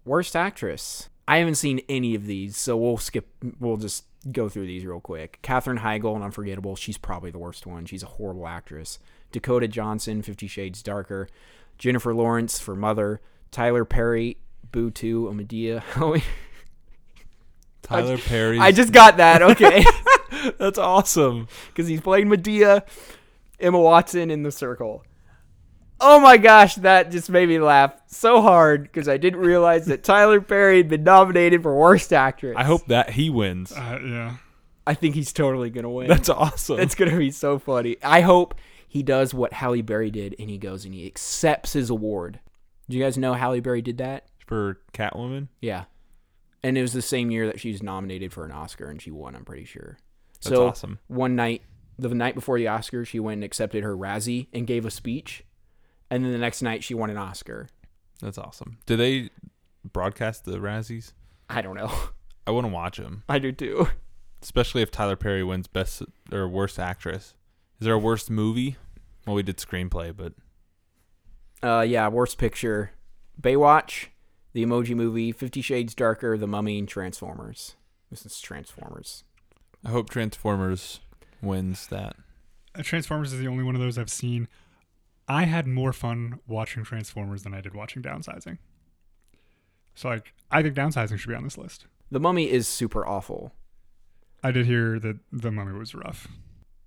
Speaker 1: worst actress i haven't seen any of these so we'll skip we'll just go through these real quick katherine heigl in unforgettable she's probably the worst one she's a horrible actress dakota johnson 50 shades darker jennifer lawrence for mother tyler perry boo 2 amadea
Speaker 3: Tyler Perry.
Speaker 1: Oh, i just got that okay
Speaker 3: that's awesome.
Speaker 1: because he's playing Medea, Emma Watson in the circle. Oh my gosh, that just made me laugh so hard because I didn't realize that Tyler Perry had been nominated for Worst Actress.
Speaker 3: I hope that he wins.
Speaker 2: Uh, yeah.
Speaker 1: I think he's totally gonna win.
Speaker 3: That's awesome.
Speaker 1: That's gonna be so funny. I hope he does what Halle Berry did and he goes and he accepts his award. Do you guys know Halle Berry did that?
Speaker 3: for Catwoman.
Speaker 1: Yeah, and it was the same year that she was nominated for an Oscar and she won. I'm pretty sure.
Speaker 3: That's
Speaker 1: so
Speaker 3: awesome.
Speaker 1: one night the night before the Oscars, she went and accepted her Razzie and gave a speech, and then the next night she won an Oscar.
Speaker 3: That's awesome. Do they broadcast the Razzies?
Speaker 1: I don't know.
Speaker 3: I want to watch them,
Speaker 1: I do too.
Speaker 3: especially if Tyler Perry wins best or worst actress. Is there a worst movie? Well, we did screenplay, but
Speaker 1: Uh, yeah, worst picture: Baywatch, The Emoji Movie, Fifty Shades Darker, The Mummy, and Transformers. This is Transformers.
Speaker 3: I hope Transformers wins that.
Speaker 2: Uh, Transformers is the only one of those I've seen. I had more fun watching Transformers than I did watching Downsizing. So like, I think Downsizing should be on this list.
Speaker 1: The Mummy is super awful,
Speaker 2: I did hear that The Mummy was rough.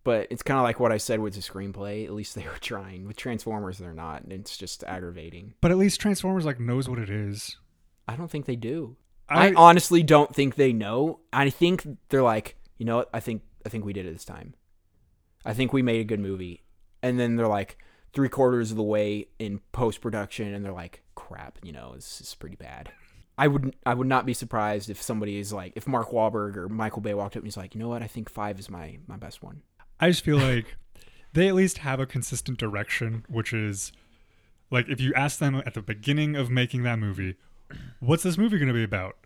Speaker 1: but it's kind of like what I said with the screenplay. At least they were trying. With Transformers, they're not, and it's just aggravating.
Speaker 2: But at least Transformers like knows what it is.
Speaker 1: I don't think they do.
Speaker 2: I-
Speaker 1: I, honestly don't think they know. I think they're like, you know what? I think I think we did it this time. I think we made a good movie. And then they're like three quarters of the way in post production and they're like, crap, you know, this is pretty bad. I would I would not be surprised if somebody is like if Mark Wahlberg or Michael Bay walked up and he's like, you know what, I think five is my my best one.
Speaker 2: I just feel like they at least have a consistent direction, which is like if you ask them at the beginning of making that movie, what's this movie going to be about?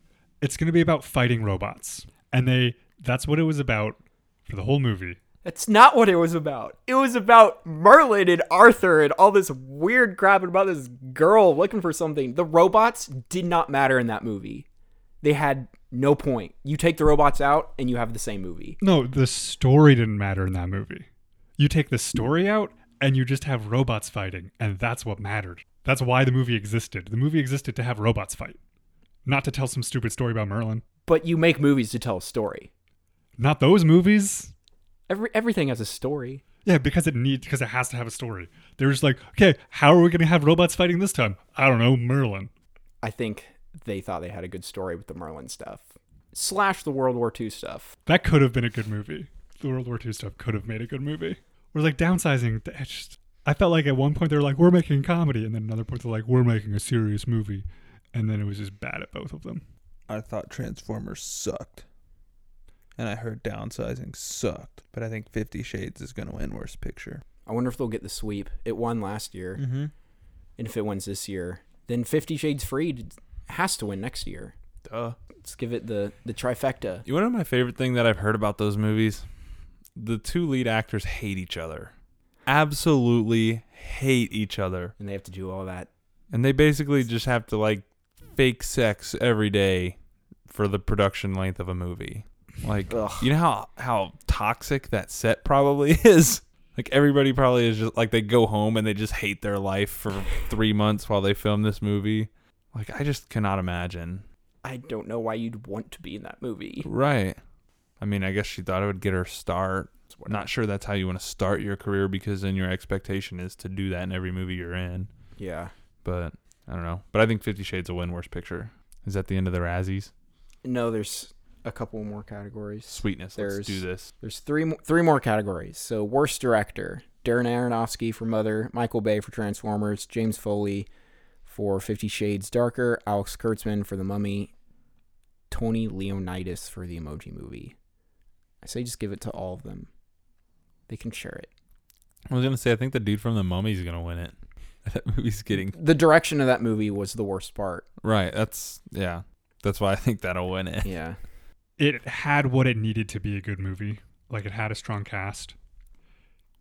Speaker 2: It's going to be about fighting robots. And they that's what it was about for the whole movie.
Speaker 1: That's not what it was about. It was about Merlin and Arthur and all this weird crap about this girl looking for something. The robots did not matter in that movie. They had no point. You take the robots out and you have the same movie.
Speaker 2: No, the story didn't matter in that movie. You take the story out and you just have robots fighting, and that's what mattered. That's why the movie existed. The movie existed to have robots fight, not to tell some stupid story about Merlin.
Speaker 1: But you make movies to tell a story.
Speaker 2: Not those movies.
Speaker 1: Every everything has a story.
Speaker 2: Yeah, because it needs because it has to have a story. They're just like, okay, how are we gonna have robots fighting this time? I don't know, Merlin.
Speaker 1: I think they thought they had a good story with the Merlin stuff. Slash the World War II stuff.
Speaker 2: That could have been a good movie. The World War II stuff could have made a good movie. We're like downsizing. I just, I felt like at one point they were like, we're making comedy, and then another point they're like, we're making a serious movie, and then it was just bad at both of them.
Speaker 4: I thought Transformers sucked. And I heard downsizing sucked. But I think Fifty Shades is going to win Worst Picture.
Speaker 1: I wonder if they'll get the sweep. It won last year.
Speaker 4: Mm-hmm.
Speaker 1: And if it wins this year, then 50 Shades Freed has to win next year.
Speaker 3: Duh.
Speaker 1: Let's give it the the trifecta.
Speaker 3: You know my favorite thing that I've heard about those movies? The two lead actors hate each other. Absolutely hate each other.
Speaker 1: and they have to do all that.
Speaker 3: And they basically just have to like fake sex every day for the production length of a movie. Like
Speaker 1: Ugh.
Speaker 3: you know how how toxic that set probably is? Like everybody probably is just like they go home and they just hate their life for 3 months while they film this movie. Like I just cannot imagine.
Speaker 1: I don't know why you'd want to be in that movie.
Speaker 3: Right. I mean, I guess she thought it would get her start. Not sure that's how you want to start your career because then your expectation is to do that in every movie you're in.
Speaker 1: Yeah.
Speaker 3: But I don't know. But I think Fifty Shades will win Worst Picture. Is that the end of the Razzies?
Speaker 1: No, there's a couple more categories.
Speaker 3: Sweetness. Let's
Speaker 1: There's-
Speaker 3: do this.
Speaker 1: There's three mo- three more categories. So worst director, Darren Aronofsky for Mother, Michael Bay for Transformers, James Foley for 50 Shades Darker, Alex Kurtzman for The Mummy, Tony Leonidas for The Emoji Movie. I say just give it to all of them. They can share it.
Speaker 3: I was gonna say I think the dude from the Mummy's gonna win it. That movie's getting
Speaker 1: The direction of that movie was the worst part.
Speaker 3: right. That's yeah. That's why I think that'll win it.
Speaker 1: Yeah.
Speaker 2: It had what it needed to be a good movie. Like it had a strong cast.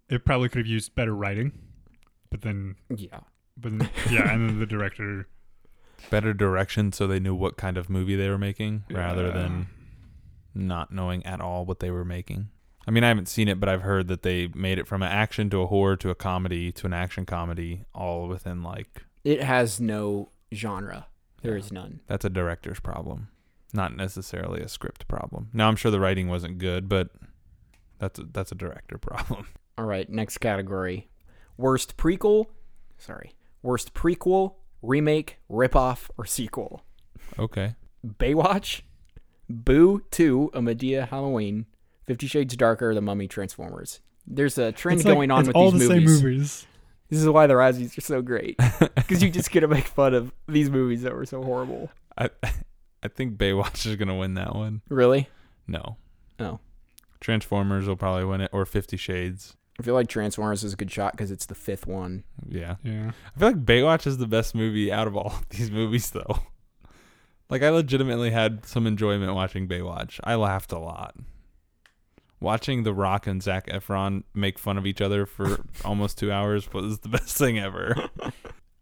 Speaker 2: It probably could have used better writing, but then,
Speaker 1: Yeah.
Speaker 2: but then, yeah, and then the director
Speaker 3: Better direction, so they knew what kind of movie they were making, rather
Speaker 2: Yeah.
Speaker 3: than not knowing at all what they were making. I mean, I haven't seen it, but I've heard that they made it from an action to a horror to a comedy to an action comedy, all within like
Speaker 1: It has no genre. There is none.
Speaker 3: that's a director's problem, not necessarily a script problem. Now, I'm sure the writing wasn't good, but that's a, that's a director problem.
Speaker 1: All right, next category. Worst prequel, sorry. Worst prequel, remake, ripoff, or sequel.
Speaker 3: Okay,
Speaker 1: Baywatch, Boo 2, A Medea Halloween, 50 Shades Darker, The Mummy, Transformers. There's a trend
Speaker 2: It's like-
Speaker 1: going on
Speaker 2: it's
Speaker 1: with
Speaker 2: all
Speaker 1: these
Speaker 2: the
Speaker 1: movies.
Speaker 2: same movies.
Speaker 1: This is why the Razzies are so great because you just get to make fun of these movies that were so horrible.
Speaker 3: I I think Baywatch is gonna win that one.
Speaker 1: Really?
Speaker 3: No,
Speaker 1: Oh.
Speaker 3: Transformers will probably win it, or Fifty Shades.
Speaker 1: I feel like Transformers is a good shot because it's the fifth one.
Speaker 3: Yeah,
Speaker 2: Yeah.
Speaker 3: I feel like Baywatch is the best movie out of all of these movies, though. Like I legitimately had some enjoyment watching Baywatch. I laughed a lot. Watching The Rock and Zach Efron make fun of each other for almost two hours was the best thing ever.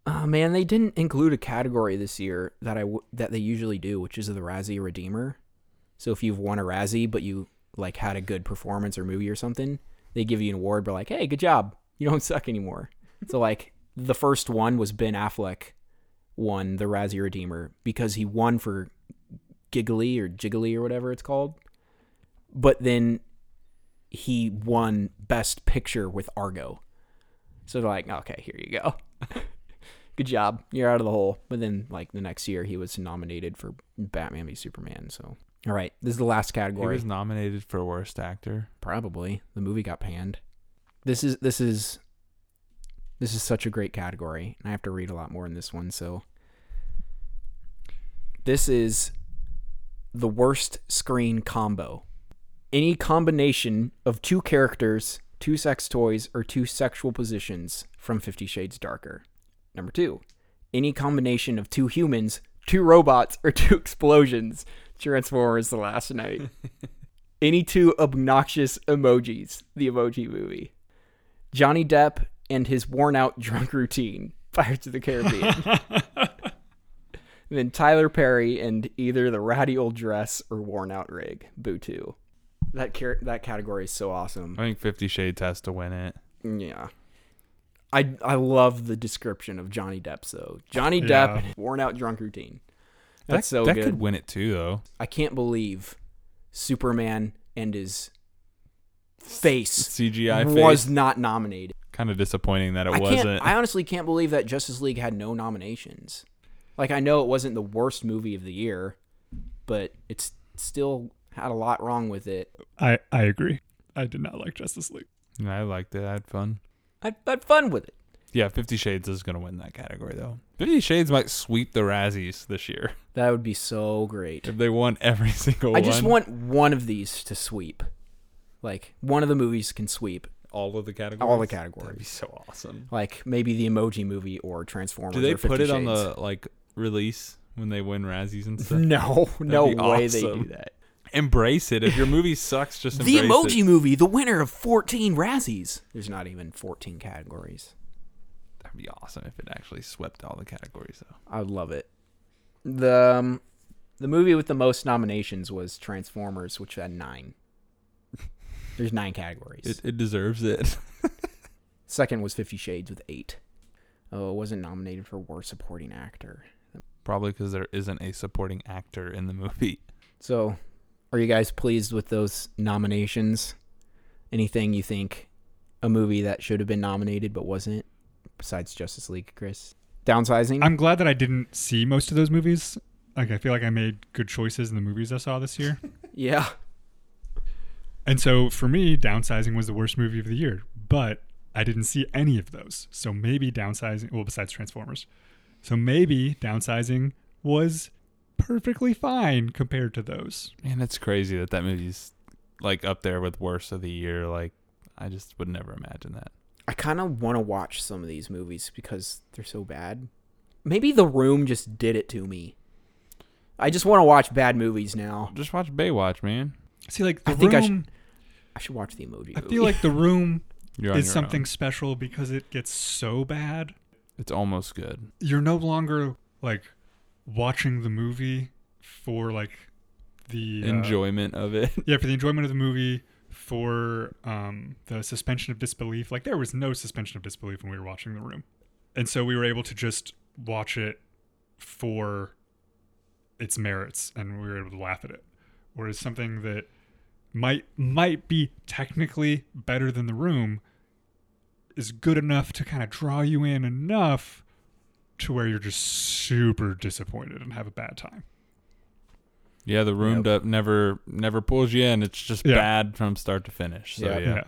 Speaker 1: Oh man, they didn't include a category this year that I w- that they usually do, which is the Razzie Redeemer. So if you've won a Razzie but you like had a good performance or movie or something, they give you an award. But like, hey, good job, you don't suck anymore. so like, the first one was Ben Affleck won the Razzie Redeemer because he won for Giggly or Jiggly or whatever it's called. But then he won Best Picture with Argo. So they're like, okay, here you go good job, you're out of the hole. But then, like the next year, he was nominated for Batman v Superman. So, all right, this is the last
Speaker 3: He
Speaker 1: category.
Speaker 3: was nominated for Worst Actor.
Speaker 1: Probably the movie got panned. This is this is this is such a great category, and I have to read a lot more in this one. So, this is the worst screen combo. Any combination of two characters, two sex toys, or two sexual positions from Fifty Shades Darker. Number two, any combination of two humans, two robots, or two explosions. Transformers The Last Night. any two obnoxious emojis. The Emoji Movie. Johnny Depp and his worn out drunk routine. Pirates of the Caribbean. and then Tyler Perry and either the ratty old dress or worn out rig. Boo too. That, car- that category is so awesome.
Speaker 3: I think Fifty Shades has to win it.
Speaker 1: Yeah. I I love the description of Johnny Depp though. Johnny
Speaker 2: Yeah.
Speaker 1: Depp worn out drunk routine.
Speaker 3: That-
Speaker 1: That's so
Speaker 3: that
Speaker 1: good.
Speaker 3: could win it too, though.
Speaker 1: I can't believe Superman and his face
Speaker 3: CGI
Speaker 1: was
Speaker 3: face.
Speaker 1: not nominated.
Speaker 3: Kind of disappointing that it
Speaker 1: I can't
Speaker 3: wasn't.
Speaker 1: I honestly can't believe that Justice League had no nominations. Like I know it wasn't the worst movie of the year, but it's still had a lot wrong with it.
Speaker 2: I, I agree. I did not like Justice League.
Speaker 3: Yeah, I liked it. I had fun.
Speaker 1: I had fun with it.
Speaker 3: Yeah, Fifty Shades is gonna win that category though. Fifty Shades might sweep the Razzies this year
Speaker 1: That would be so great.
Speaker 3: if they won every single
Speaker 1: I
Speaker 3: one.
Speaker 1: just want one of these to sweep. Like one of the movies can sweep.
Speaker 3: all of the categories.
Speaker 1: All the
Speaker 3: That'd be
Speaker 1: categories.
Speaker 3: so awesome.
Speaker 1: Like maybe the Emoji Movie or Transformers.
Speaker 3: Do they
Speaker 1: or 50
Speaker 3: put it on
Speaker 1: Shades.
Speaker 3: the like release when they win Razzies and stuff?
Speaker 1: No, no
Speaker 3: be
Speaker 1: way they
Speaker 3: awesome.
Speaker 1: do that.
Speaker 3: embrace it. If your movie sucks, just
Speaker 1: The
Speaker 3: embrace
Speaker 1: Emoji
Speaker 3: it.
Speaker 1: Movie, the winner of 14 Razzies. There's not even 14 categories.
Speaker 3: That'd be awesome if it actually swept all the categories though.
Speaker 1: I would love it. The um, the movie with the most nominations was Transformers, which had nine. There's nine categories.
Speaker 3: It it deserves it.
Speaker 1: Second was Fifty Shades with eight. Oh, it wasn't nominated for Worst Supporting Actor.
Speaker 3: Probably because there isn't a supporting actor in the movie.
Speaker 1: So, are you guys pleased with those nominations? Anything you think a movie that should have been nominated but wasn't, besides Justice League, Chris? Downsizing?
Speaker 2: I'm glad that I didn't see most of those movies. Like I feel like I made good choices in the movies I saw this year.
Speaker 1: yeah.
Speaker 2: and so for me, downsizing was the worst movie of the year. But I didn't see any of those. So maybe downsizing well, besides Transformers. So maybe downsizing was perfectly fine compared to those.
Speaker 3: Man, it's crazy that that movie's like up there with worst of the year. Like, I just would never imagine that.
Speaker 1: I kind of want to watch some of these movies because they're so bad. Maybe The Room just did it to me. I just want to watch bad movies now.
Speaker 3: Just watch Baywatch, man.
Speaker 2: See like the
Speaker 1: I think I should-
Speaker 2: room
Speaker 1: I should watch The Emoji
Speaker 2: I
Speaker 1: Movie.
Speaker 2: feel like the room
Speaker 3: You're on
Speaker 2: is
Speaker 3: your
Speaker 2: something
Speaker 3: own.
Speaker 2: special because it gets so bad.
Speaker 3: It's almost good.
Speaker 2: You're no longer like watching the movie for like the uh,
Speaker 3: Enjoyment of it.
Speaker 2: yeah, for the enjoyment of the movie, for um, the suspension of disbelief. Like there was no suspension of disbelief when we were watching The Room, and so we were able to just watch it for its merits, and we were able to laugh at it. Whereas something that might might be technically better than The Room is good enough to kind of draw you in enough to where you're just super disappointed and have a bad time.
Speaker 3: Yeah, the room
Speaker 1: Yep.
Speaker 3: up never never pulls you in. It's just
Speaker 2: Yeah.
Speaker 3: bad from start to finish. So
Speaker 1: Yeah.
Speaker 3: yeah.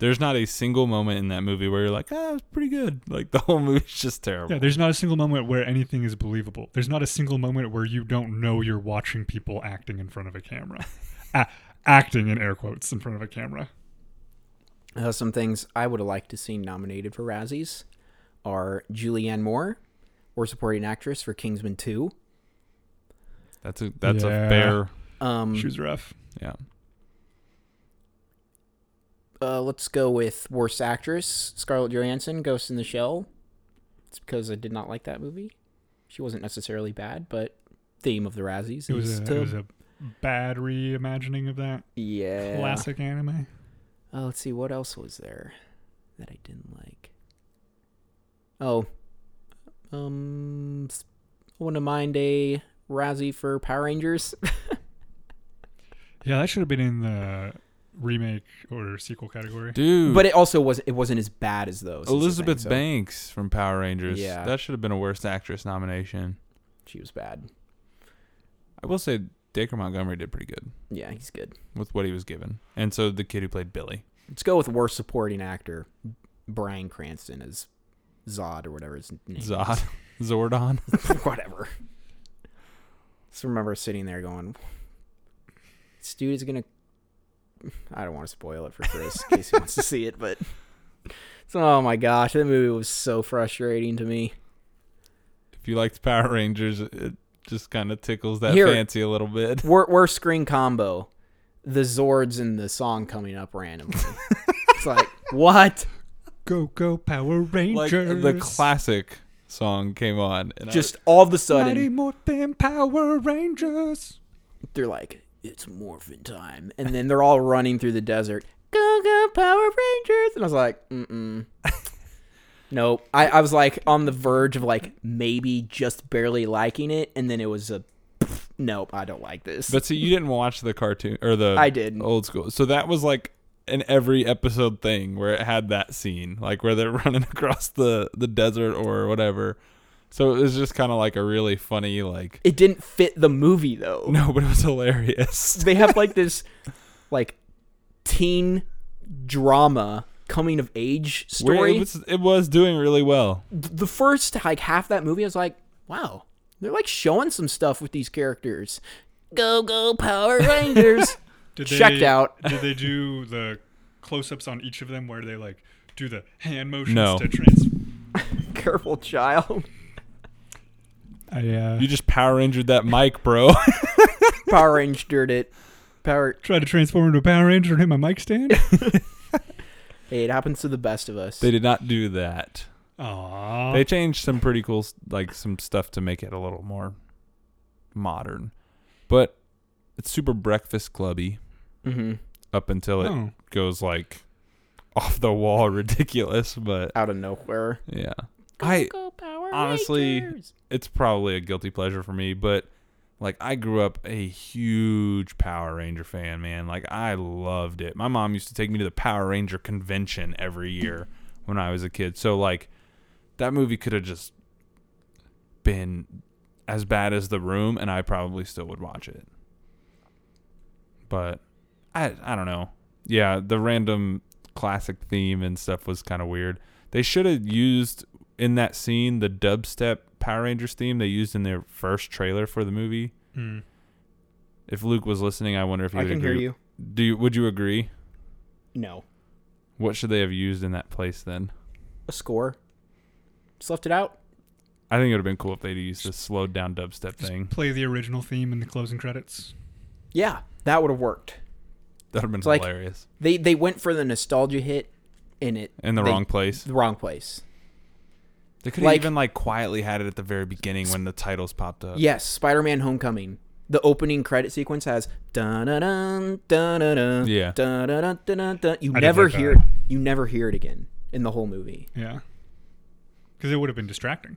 Speaker 3: there's not a single moment in that movie where you're like, ah, it's pretty good. Like the whole movie's just terrible.
Speaker 2: Yeah, there's not a single moment where anything is believable. There's not a single moment where you don't know you're watching people acting in front of a camera. A- acting in air quotes in front of a camera.
Speaker 1: Uh, some things I would have liked to see nominated for Razzies are Julianne Moore or supporting actress for Kingsman 2.
Speaker 3: That's a that's
Speaker 2: Yeah.
Speaker 3: a fair.
Speaker 1: Um,
Speaker 2: She was rough.
Speaker 3: Yeah.
Speaker 1: uh, let's go with worst actress Scarlett Johansson, Ghost in the Shell. It's because I did not like that movie. She wasn't necessarily bad, but theme of the Razzies.
Speaker 2: It was
Speaker 1: is
Speaker 2: a,
Speaker 1: to-
Speaker 2: it was a bad reimagining of that
Speaker 1: yeah.
Speaker 2: classic anime.
Speaker 1: Uh, let's see what else was there that I didn't like. Oh, um, s- I wouldn't mind a Razzie for Power Rangers.
Speaker 2: Yeah, that should have been in the remake or sequel category.
Speaker 3: Dude,
Speaker 1: but it also was it wasn't as bad as those. is the thing,
Speaker 3: Elizabeth
Speaker 1: so
Speaker 3: Banks from Power Rangers.
Speaker 1: Yeah.
Speaker 3: That should have been a worst actress nomination.
Speaker 1: She was bad.
Speaker 3: I will say Dacre Montgomery did pretty good
Speaker 1: Yeah, he's good.
Speaker 3: with what he was given. And so the kid who played Billy.
Speaker 1: Let's go with worst supporting actor. Brian Cranston as Zod or whatever his name. is.
Speaker 3: Zod. Zordon.
Speaker 1: whatever. Just remember sitting there going, "This dude is gonna." I don't want to spoil it for Chris in case he wants to see it, but so, oh my gosh, that movie was so frustrating to me.
Speaker 3: If you liked Power Rangers, it just kind of tickles that
Speaker 1: Here-
Speaker 3: fancy a little bit.
Speaker 1: Wor- worst screen combo: the Zords and the song coming up randomly. it's like what?
Speaker 2: Go go Power
Speaker 3: Like
Speaker 2: Rangers!
Speaker 3: the classic song came on. And I-
Speaker 1: Just all of a
Speaker 2: Mighty
Speaker 1: sudden,
Speaker 2: Morphin Power Rangers.
Speaker 1: they're like, "It's morphin time," and then they're all running through the desert. Go go Power Rangers! And I was like, "Mm mm." nope. I, I was like on the verge of like maybe just barely liking it, and then it was a pff, nope. I don't like this.
Speaker 3: but see, you didn't watch the cartoon or the
Speaker 1: I didn't.
Speaker 3: old school. So that was like an every episode thing where it had that scene, like where they're running across the the desert or whatever. So it was just kind of like a really funny like
Speaker 1: it didn't fit the movie though.
Speaker 3: no, but it was hilarious.
Speaker 1: They have like this like teen drama coming of age
Speaker 3: Where
Speaker 1: story.
Speaker 3: It was, it was doing really well.
Speaker 1: the first like half that movie, I was like, wow, they're like showing some stuff with these characters. Go go Power Rangers.
Speaker 2: Did
Speaker 1: Checked out.
Speaker 2: did they do the close-ups on each of them where they like do the hand motions
Speaker 3: No.
Speaker 2: to trans?
Speaker 1: Careful, child.
Speaker 2: I uh,
Speaker 3: You just Power Rangered that mic, bro.
Speaker 1: Power Ranger it. Power.
Speaker 2: tried to transform into a Power Ranger and hit my mic stand.
Speaker 1: Hey, it happens to the best of us.
Speaker 3: they did not do that.
Speaker 2: Aww.
Speaker 3: They changed some pretty cool, s- like some stuff to make it a little more modern, but it's super Breakfast Clubby
Speaker 1: hmm
Speaker 3: up until it
Speaker 2: oh.
Speaker 3: goes like off the wall, ridiculous. But
Speaker 1: Out of nowhere.
Speaker 3: yeah, I
Speaker 1: go Power
Speaker 3: honestly-
Speaker 1: Rangers.
Speaker 3: it's probably a guilty pleasure for me, but like I grew up a huge Power Ranger fan, man. Like I loved it. My mom used to take me to the Power Ranger convention every year when I was a kid. So like that movie could have just been as bad as The Room and I probably still would watch it. But I I don't know. Yeah, the random classic theme and stuff was kind of weird. They should have used in that scene the dubstep Power Rangers theme they used in their first trailer for the movie.
Speaker 2: Hmm.
Speaker 3: If Luke was listening, I wonder if he
Speaker 1: I
Speaker 3: would
Speaker 1: can
Speaker 3: agree.
Speaker 1: hear you.
Speaker 3: Do you, would you agree?
Speaker 1: No.
Speaker 3: What should they have used in that place then?
Speaker 1: A score. Just left it out.
Speaker 3: I think it would have been cool if they'd used the slowed down
Speaker 2: Just
Speaker 3: dubstep thing.
Speaker 2: play the original theme in the closing credits.
Speaker 1: Yeah, that would have worked.
Speaker 3: That would have been
Speaker 1: It's like-
Speaker 3: hilarious.
Speaker 1: They they went for the nostalgia hit, in it
Speaker 3: In the
Speaker 1: they-
Speaker 3: wrong place.
Speaker 1: the wrong place.
Speaker 3: They could have
Speaker 1: like-
Speaker 3: even like quietly had it at the very beginning when the titles popped up.
Speaker 1: Yes, Spider-Man: Homecoming. The opening credit sequence has dun dun dun dun dun
Speaker 3: Yeah.
Speaker 1: dun dun dun dun dun. dun. You
Speaker 2: I did
Speaker 1: never
Speaker 2: like that.
Speaker 1: hear it. You never hear it again in the whole movie.
Speaker 2: Yeah. Because it would have been distracting.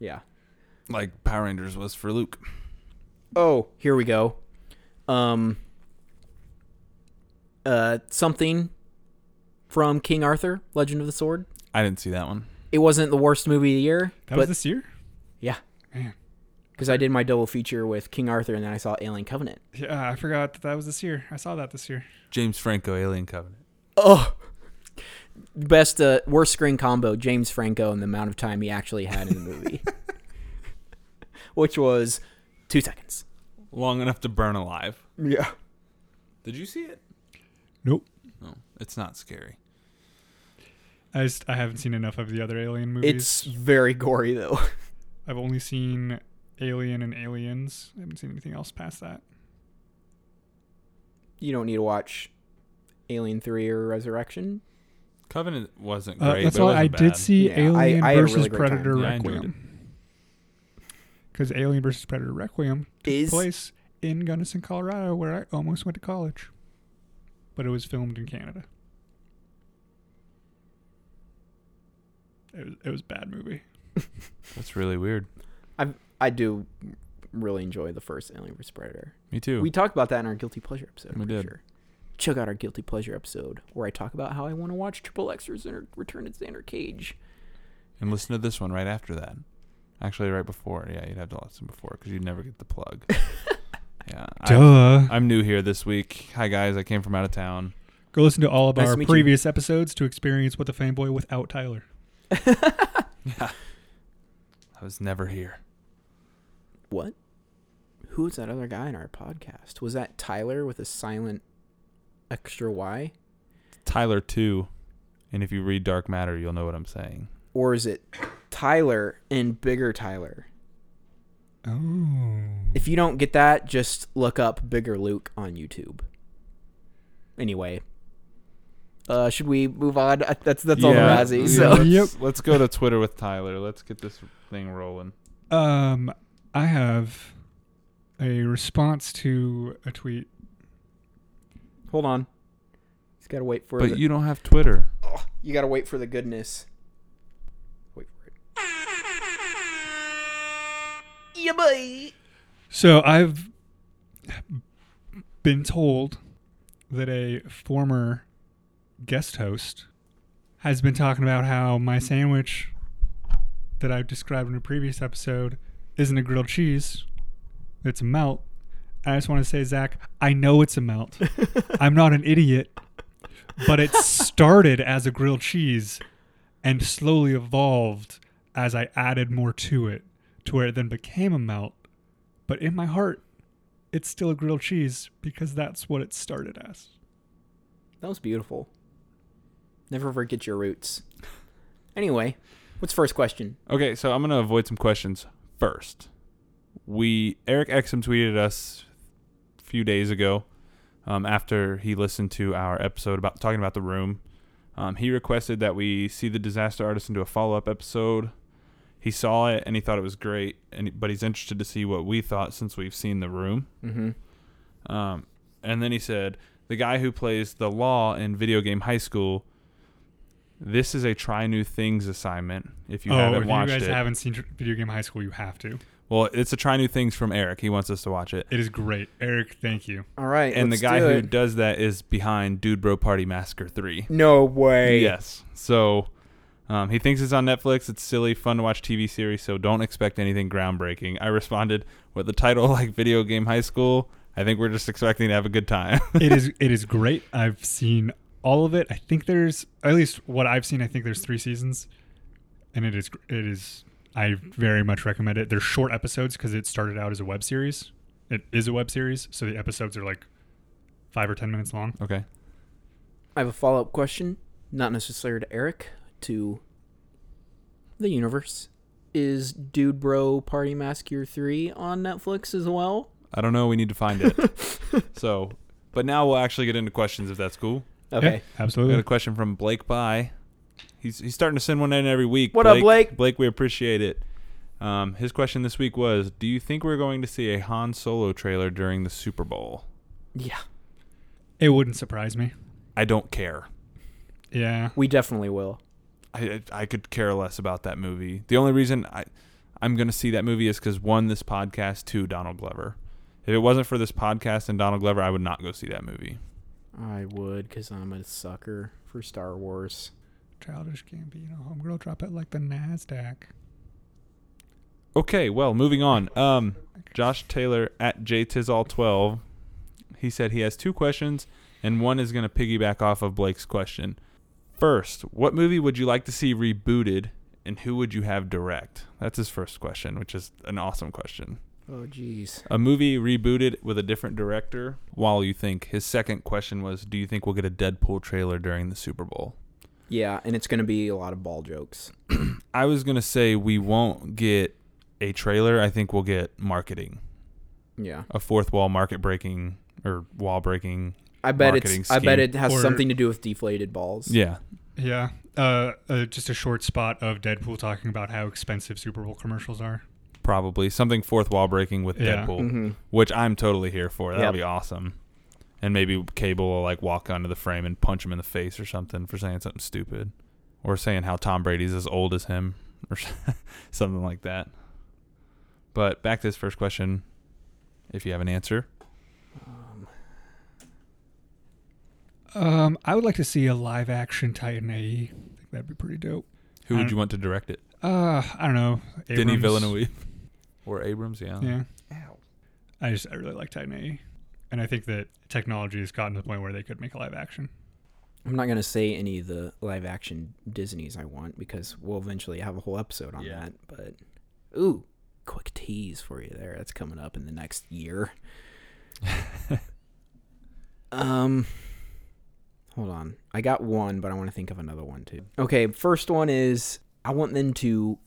Speaker 1: Yeah.
Speaker 3: Like Power Rangers was for Luke.
Speaker 1: Oh, here we go. Um. Uh, something from King Arthur: Legend of the Sword.
Speaker 3: I didn't see that one.
Speaker 1: It wasn't the worst movie of the year,
Speaker 2: That was
Speaker 1: but
Speaker 2: this year?
Speaker 1: yeah,
Speaker 2: Man.
Speaker 1: because I did my double feature with King Arthur and then I saw Alien Covenant.
Speaker 2: Yeah, I forgot that that was this year. I saw that this year.
Speaker 3: James Franco, Alien Covenant.
Speaker 1: Oh, best uh, worst screen combo: James Franco and the amount of time he actually had in the movie, which was two seconds.
Speaker 3: Long enough to burn alive.
Speaker 1: Yeah.
Speaker 3: Did you see it?
Speaker 2: Nope.
Speaker 3: No, it's not scary.
Speaker 2: I just I haven't seen enough of the other Alien movies.
Speaker 1: It's very gory though.
Speaker 2: I've only seen Alien and Aliens. I haven't seen anything else past that.
Speaker 1: You don't need to watch Alien 3 or Resurrection.
Speaker 3: Covenant wasn't
Speaker 2: Uh,
Speaker 3: great.
Speaker 2: that's
Speaker 3: but it
Speaker 2: why I
Speaker 3: wasn't
Speaker 2: did
Speaker 3: bad.
Speaker 2: see
Speaker 1: Yeah, I-
Speaker 2: Alien
Speaker 1: I had a
Speaker 2: versus
Speaker 1: really great time.
Speaker 2: Predator
Speaker 3: Yeah, I enjoyed
Speaker 2: Requiem. Because Alien versus Predator Requiem took
Speaker 1: Is-
Speaker 2: place in Gunnison, Colorado, where I almost went to college, but it was filmed in Canada. It was, it was a bad movie.
Speaker 3: That's really weird.
Speaker 1: I do really enjoy the first Alien vs Predator.
Speaker 3: Me too.
Speaker 1: We talked about that in our guilty pleasure episode. I'm
Speaker 3: We
Speaker 1: pretty
Speaker 3: did.
Speaker 1: sure. Check out our guilty pleasure episode where I talk about how I want to watch Triple X's Return to Xander Cage.
Speaker 3: and listen to this one right after that. Actually, right before. Yeah, you'd have to listen before because you'd never get the plug. yeah. I,
Speaker 2: Duh.
Speaker 3: I'm new here this week. Hi guys, I came from out of town.
Speaker 2: Go listen to all of
Speaker 1: Nice
Speaker 2: our
Speaker 1: to meet you.
Speaker 2: previous episodes to experience what the fanboy without Tyler.
Speaker 3: I was never here.
Speaker 1: What? Who was that other guy in our podcast? Was that Tyler with a silent extra Y?
Speaker 3: Tyler too. And if you read Dark Matter, you'll know what I'm saying.
Speaker 1: Or is it Tyler and bigger Tyler?
Speaker 2: Oh.
Speaker 1: If you don't get that, just look up Bigger Luke on YouTube. Anyway, uh, should we move on? Uh, That's that's all the
Speaker 3: Yeah.
Speaker 1: Razzie.
Speaker 3: Yeah,
Speaker 1: So
Speaker 3: let's,
Speaker 2: Yep.
Speaker 3: let's go to Twitter with Tyler. Let's get this thing rolling.
Speaker 2: Um, I have a response to a tweet.
Speaker 1: hold on, he's got to wait for
Speaker 3: But
Speaker 1: the,
Speaker 3: you don't have Twitter.
Speaker 1: Oh, you got to wait for the goodness. Wait for it. Yeah, boy.
Speaker 2: So I've been told that a former guest host has been talking about how my sandwich that I've described in a previous episode isn't a grilled cheese, it's a melt. And I just want to say, Zach, I know it's a melt. I'm not an idiot, but it started as a grilled cheese and slowly evolved as I added more to it to where it then became a melt. But in my heart, it's still a grilled cheese because that's what it started as.
Speaker 1: That was beautiful. Never forget your roots. Anyway, what's first question?
Speaker 3: Okay, so I'm gonna avoid some questions first. We Eric Exum tweeted us a few days ago um, after he listened to our episode about talking about the room. Um, he requested that we see the disaster artist and do a follow up episode. He saw it and he thought it was great, and but he's interested to see what we thought since we've seen the room.
Speaker 1: Mm-hmm.
Speaker 3: Um, and then he said, "The guy who plays the law in video game high school. This is a try new things assignment. If you haven't
Speaker 2: if
Speaker 3: watched
Speaker 2: Oh, you guys
Speaker 3: it,
Speaker 2: haven't seen Tr- Video Game High School, you have to.
Speaker 3: well, it's a try new things from Eric. He wants us to watch it.
Speaker 2: It is great. Eric, thank you.
Speaker 1: All right,
Speaker 3: And
Speaker 1: let's
Speaker 3: the guy
Speaker 1: do
Speaker 3: who
Speaker 1: it.
Speaker 3: does that is behind Dude Bro Party Massacre 3.
Speaker 1: no way.
Speaker 3: Yes. So um, he thinks it's on Netflix. It's silly, fun to watch TV series, so don't expect anything groundbreaking. I responded with the title like Video Game High School. I think we're just expecting to have a good time.
Speaker 2: it is it is great. I've seen all of it. I think there's at least what I've seen. I think there's three seasons, and it is gr- it is. I very much recommend it. They're short episodes because it started out as a web series. It is a web series, so the episodes are like five or ten minutes long.
Speaker 3: okay.
Speaker 1: I have a follow up question, not necessarily to Eric, to the universe. Is Dude Bro Party Massacre 3 on Netflix as well?
Speaker 3: I don't know. We need to find it. so, but now we'll actually get into questions if that's cool.
Speaker 1: Okay.
Speaker 2: Yeah,
Speaker 3: We got
Speaker 2: absolutely.
Speaker 3: a question from Blake By. He's he's starting to send one in every week.
Speaker 1: What up, Blake?
Speaker 3: Blake, we appreciate it. Um, his question this week was: Do you think we're going to see a Han Solo trailer during the Super Bowl?
Speaker 1: Yeah.
Speaker 2: It wouldn't surprise me.
Speaker 3: I don't care.
Speaker 2: Yeah.
Speaker 1: We definitely will.
Speaker 3: I I I could care less about that movie. The only reason I I'm going to see that movie is because one, this podcast. Two, Donald Glover. If it wasn't for this podcast and Donald Glover, I would not go see that movie.
Speaker 1: I would, because I'm a sucker for Star Wars.
Speaker 2: Childish Gambino, homegirl, drop it like the Nasdaq.
Speaker 3: Okay, well, moving on. Um, Josh Taylor at JTizall12. He said he has two questions, and one is going to piggyback off of Blake's question. First, what movie would you like to see rebooted, and who would you have direct? That's his first question, which is an awesome question.
Speaker 1: Oh, jeez.
Speaker 3: A movie rebooted with a different director. While you think his second question was, "Do you think we'll get a Deadpool trailer during the Super Bowl?"
Speaker 1: Yeah, and it's going to be a lot of ball jokes.
Speaker 3: I was gonna say we won't get a trailer. I think we'll get marketing,
Speaker 1: Yeah,
Speaker 3: a fourth wall market breaking or wall breaking.
Speaker 1: I bet
Speaker 3: Marketing
Speaker 1: it's. I bet
Speaker 3: scheme.
Speaker 1: it has
Speaker 2: Or-
Speaker 1: something to do with deflated balls.
Speaker 3: Yeah,
Speaker 2: Yeah. Uh, uh, just a short spot of Deadpool talking about how expensive Super Bowl commercials are.
Speaker 3: probably something fourth wall breaking with
Speaker 2: Yeah.
Speaker 3: Deadpool,
Speaker 1: hmm
Speaker 3: which I'm totally here for. That'll
Speaker 1: Yep.
Speaker 3: be awesome. And maybe Cable will like walk onto the frame and punch him in the face or something for saying something stupid, or saying how Tom Brady's as old as him or something like that. But back to this first question, if you have an answer.
Speaker 2: Um, I would like to see a live action Titan AE. I think that'd be pretty dope.
Speaker 3: Who
Speaker 2: I
Speaker 3: would
Speaker 2: don't-
Speaker 3: you want to direct it?
Speaker 2: Uh, I don't know.
Speaker 3: Denny
Speaker 2: Hmm? Abrams.
Speaker 3: Villeneuve or Abrams? Yeah.
Speaker 2: Yeah.
Speaker 4: Ow.
Speaker 2: I just I really like Titan AE, and I think that technology has gotten to the point where they could make a live action.
Speaker 1: I'm not going to say any of the live action Disney's I want because we'll eventually have a whole episode on
Speaker 3: Yeah.
Speaker 1: that. But ooh, quick tease for you there. That's coming up in the next year. um, hold on. I got one, but I want to think of another one too. Okay, first one is I want them to.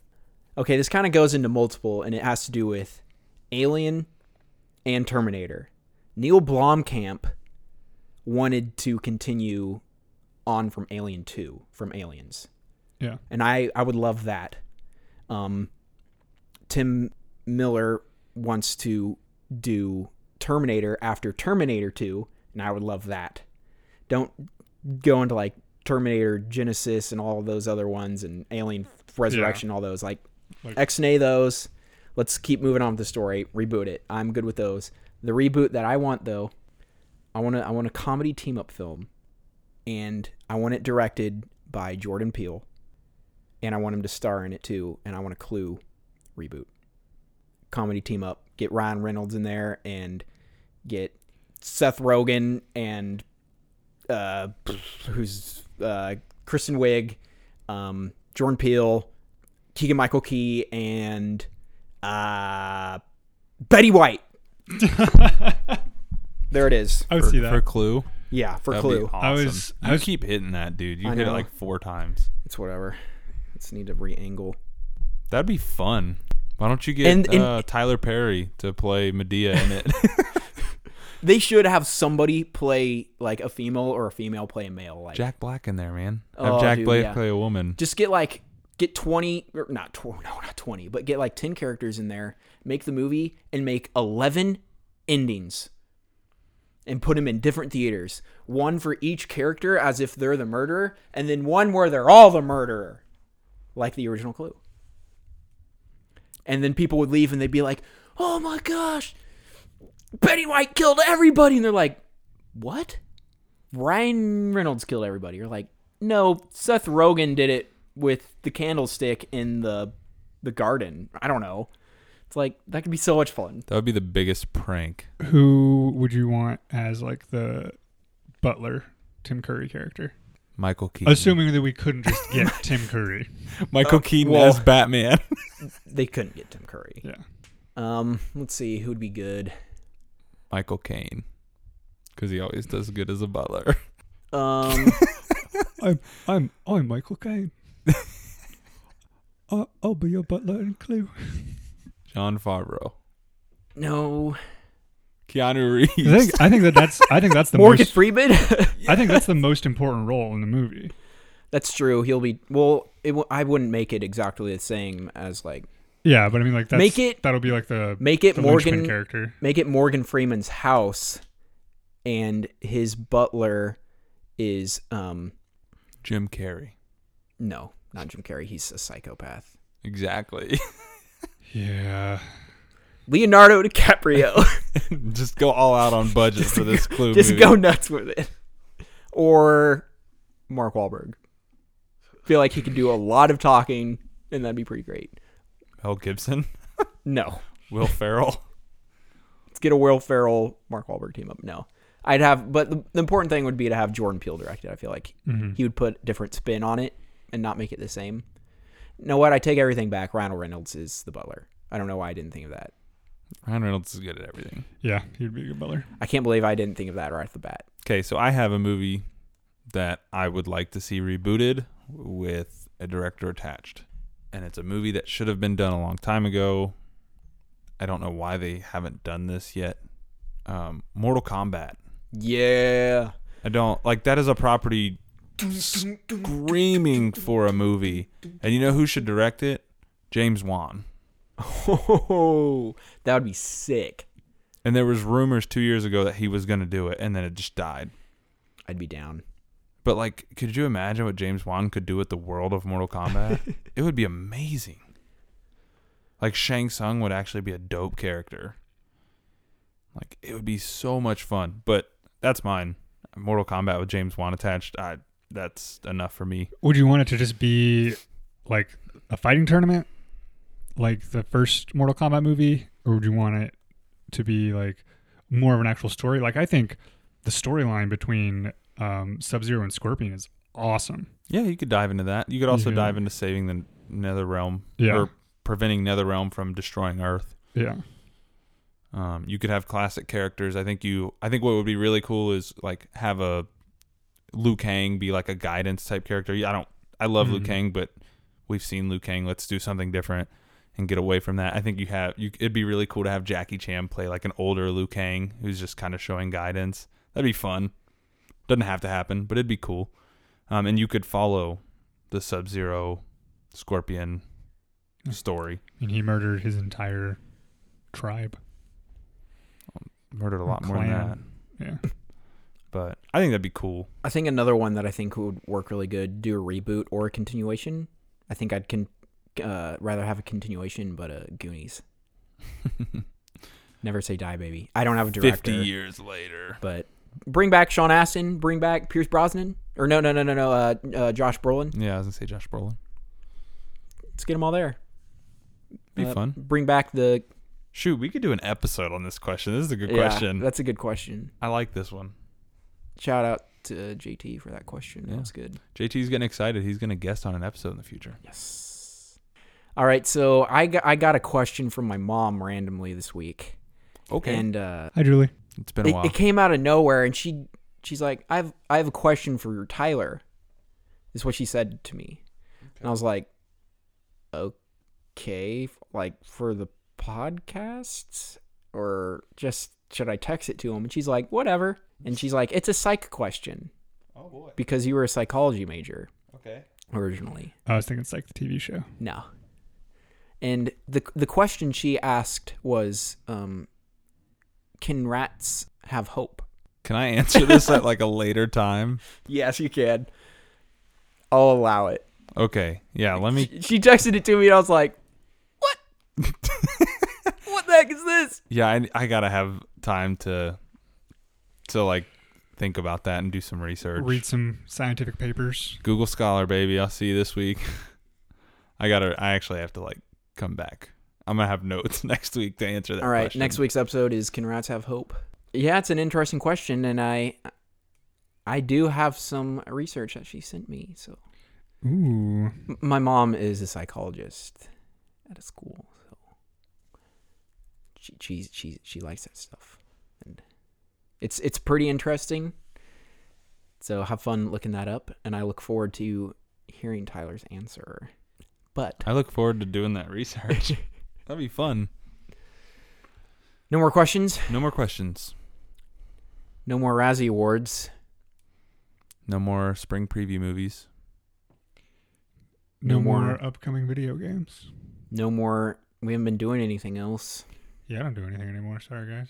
Speaker 1: Okay, this kind of goes into multiple, and it has to do with Alien and Terminator. Neil Blomkamp wanted to continue on from Alien 2 from Aliens.
Speaker 2: Yeah.
Speaker 1: And I I would love that. Um Tim Miller wants to do Terminator after Terminator 2 and I would love that. Don't go into like Terminator Genesis and all those other ones and Alien Resurrection all those like,
Speaker 2: Like-
Speaker 1: X nay those. Let's keep moving on with the story, reboot it. I'm good with those. The reboot that I want though I want to I want a comedy team up film, and I want it directed by Jordan Peele, and I want him to star in it too, and I want a Clue reboot, comedy team up. Get Ryan Reynolds in there and get Seth Rogen and uh, who's uh, Kristen Wiig, um, Jordan Peele, Keegan Michael Key, and uh, Betty White. There it is.
Speaker 2: I would
Speaker 3: for,
Speaker 2: see that.
Speaker 3: for Clue.
Speaker 1: Yeah, for
Speaker 3: That'd be
Speaker 1: Clue.
Speaker 3: awesome.
Speaker 2: I was- I
Speaker 3: you
Speaker 2: was-
Speaker 3: keep hitting that, dude. You
Speaker 1: I
Speaker 3: hit it
Speaker 1: know.
Speaker 3: like four times.
Speaker 1: It's whatever. Let's need to re-angle.
Speaker 3: That'd be fun. Why don't you get
Speaker 1: And- and-
Speaker 3: uh, Tyler Perry to play Medea in it?
Speaker 1: They should have somebody play like a female or a female play a male. Like
Speaker 3: Jack Black in there, man. Have
Speaker 1: Oh,
Speaker 3: Jack
Speaker 1: dude,
Speaker 3: Black
Speaker 1: yeah.
Speaker 3: play a woman.
Speaker 1: just get like get twenty or not tw- no not twenty, but get like ten characters in there. Make the movie and make eleven endings, and put them in different theaters. One for each character, as if they're the murderer, and then one where they're all the murderer, like the original Clue. And then people would leave and they'd be like, "Oh my gosh, Betty White killed everybody," and they're like, "What?" Ryan Reynolds killed everybody. You're like, no, Seth Rogen did it with the candlestick in the the garden. I don't know. It's like that could be so much fun.
Speaker 3: That would be the biggest prank.
Speaker 2: Who would you want as like the butler Tim Curry character?
Speaker 3: Michael Keaton. Oh,
Speaker 2: Assuming that we couldn't just get Tim Curry.
Speaker 3: Michael Keaton as Batman.
Speaker 1: They couldn't get Tim Curry.
Speaker 2: Yeah.
Speaker 1: Um, let's see who would be good.
Speaker 3: Michael Caine. Because he always does good as a butler.
Speaker 1: Um,
Speaker 2: I'm I'm Michael Caine. I'll, I'll be your butler and clue.
Speaker 3: John Favreau.
Speaker 1: no,
Speaker 3: Keanu Reeves.
Speaker 2: I think I think that that's I think that's the
Speaker 1: Morgan
Speaker 2: most
Speaker 1: Freeman.
Speaker 2: I think that's the most important role in the movie.
Speaker 1: That's true. He'll be well. It, w- I wouldn't make it exactly the same as like
Speaker 2: Yeah, but I mean like that's
Speaker 1: Make it-
Speaker 2: that'll be like the,
Speaker 1: make it
Speaker 2: the linchpin
Speaker 1: Morgan
Speaker 2: character.
Speaker 1: make it Morgan Freeman's house, and his butler is um
Speaker 3: Jim Carrey.
Speaker 1: No, not Jim Carrey. He's a psychopath.
Speaker 3: Exactly.
Speaker 2: Yeah.
Speaker 1: Leonardo DiCaprio.
Speaker 3: Just go all out on budget
Speaker 1: Just
Speaker 3: for this Clue
Speaker 1: Just
Speaker 3: movie.
Speaker 1: go nuts with it. Or Mark Wahlberg. Feel like he could do a lot of talking, and that'd be pretty great.
Speaker 3: Mel Gibson.
Speaker 1: No,
Speaker 3: Will Ferrell.
Speaker 1: let's get a Will Ferrell, Mark Wahlberg team up. No, I'd have, but the, the important thing would be to have Jordan Peele direct it. I feel like
Speaker 2: Mhm.
Speaker 1: he would put a different spin on it and not make it the same. You know what? I take everything back. Ryan Reynolds is the butler. I don't know why I didn't think of that.
Speaker 3: Ryan Reynolds is good at everything.
Speaker 2: Yeah, he'd be a good Butler.
Speaker 1: I can't believe I didn't think of that right off the bat.
Speaker 3: Okay, so I have a movie that I would like to see rebooted with a director attached. And it's a movie that should have been done a long time ago. I don't know why they haven't done this yet. Um, Mortal Kombat.
Speaker 1: Yeah.
Speaker 3: I don't like that is a property screaming for a movie. And you know who should direct it? James Wan.
Speaker 1: Oh, that would be sick.
Speaker 3: And there was rumors 2 years ago that he was going to do it and then it just died.
Speaker 1: I'd be down.
Speaker 3: But like, could you imagine what James Wan could do with the world of Mortal Kombat? it would be amazing. Like Shang Tsung would actually be a dope character. Like it would be so much fun. But that's mine. Mortal Kombat with James Wan attached. I that's enough for me.
Speaker 2: Would you want it to just be like a fighting tournament, like the first Mortal Kombat movie, or would you want it to be like more of an actual story? Like I think the storyline between um, Sub Zero and Scorpion is awesome.
Speaker 3: Yeah, you could dive into that. You could also
Speaker 2: Yeah.
Speaker 3: dive into saving the Nether Realm
Speaker 2: Yeah.
Speaker 3: or preventing Nether Realm from destroying Earth.
Speaker 2: Yeah,
Speaker 3: Um, you could have classic characters. I think you. I think what would be really cool is like have a Liu Kang be like a guidance type character. Yeah, I don't. I love Liu
Speaker 2: Mhm.
Speaker 3: Kang, but we've seen Liu Kang. Let's do something different and get away from that. I think you have. You. It'd be really cool to have Jackie Chan play like an older Liu Kang who's just kind of showing guidance. That'd be fun. Doesn't have to happen, but it'd be cool. Um, and you could follow the Sub Zero, Scorpion story.
Speaker 2: and he murdered his entire tribe.
Speaker 3: Murdered a
Speaker 2: Or
Speaker 3: lot more than that,
Speaker 2: clan. Yeah,
Speaker 3: but I think that'd be cool.
Speaker 1: I think another one that I think would work really good do a reboot or a continuation. I think I'd con- uh, rather have a continuation, but a Goonies. Never say die, baby. I don't have a director,
Speaker 3: 50 years later.
Speaker 1: but bring back Sean Astin, bring back Pierce Brosnan, or no, no, no, no, no, uh, uh, Josh Brolin.
Speaker 3: Yeah, I was going to say Josh Brolin.
Speaker 1: Let's get them all there.
Speaker 3: Be
Speaker 1: Uh,
Speaker 3: fun.
Speaker 1: Bring back the
Speaker 3: Shoot, we could do an episode on this question. This is a good
Speaker 1: Yeah,
Speaker 3: question.
Speaker 1: That's a good question.
Speaker 3: I like this one.
Speaker 1: Shout out to JT for that question.
Speaker 3: Yeah.
Speaker 1: That's good.
Speaker 3: JT's getting excited. He's going to guest on an episode in the future.
Speaker 1: Yes. All right, so I got, I got a question from my mom randomly this week,
Speaker 3: Okay.
Speaker 1: and uh,
Speaker 2: hi Julie.
Speaker 3: it's been a
Speaker 1: it,
Speaker 3: while.
Speaker 1: it came out of nowhere, and she she's like, "I've I have a question for your Tyler," is what she said to me, and I was like, "Okay, f- like for the podcast, or just should I text it to him?" And she's like, "Whatever," and she's like, "It's a psych question
Speaker 3: oh, boy.
Speaker 1: because you were a psychology major
Speaker 3: Okay.
Speaker 1: originally."
Speaker 2: I was thinking it's like the TV show.
Speaker 1: No. And the the question she asked was, um, "Can rats have hope?"
Speaker 3: Can I answer this at like a later time?
Speaker 1: Yes, you can. I'll allow it.
Speaker 3: Okay. Yeah, let me.
Speaker 1: She texted it to me, and I was like, "What? what the heck is this?"
Speaker 3: Yeah, I, I got to have time to, to like think about that and do some research.
Speaker 2: Read some scientific papers.
Speaker 3: Google Scholar, baby. I'll see you this week. I got to, I actually have to like come back. I'm going to have notes next week to answer that
Speaker 1: All right,
Speaker 3: question.
Speaker 1: next week's episode is "Can rats have hope?" Yeah, it's an interesting question, and I, I do have some research that she sent me. So
Speaker 2: Ooh,
Speaker 1: M- my mom is a psychologist at a school, so she she she, she likes that stuff, and it's it's pretty interesting. So have fun looking that up, and I look forward to hearing Tyler's answer. But
Speaker 3: I look forward to doing that research. That'd be fun.
Speaker 1: no more questions,
Speaker 3: No more questions.
Speaker 1: no more Razzie awards,
Speaker 3: No more spring preview movies.
Speaker 2: no,
Speaker 1: No
Speaker 2: more.
Speaker 1: more.
Speaker 2: upcoming video games.
Speaker 1: no more. We haven't been doing anything else.
Speaker 2: Yeah, I don't do anything anymore. Sorry, guys.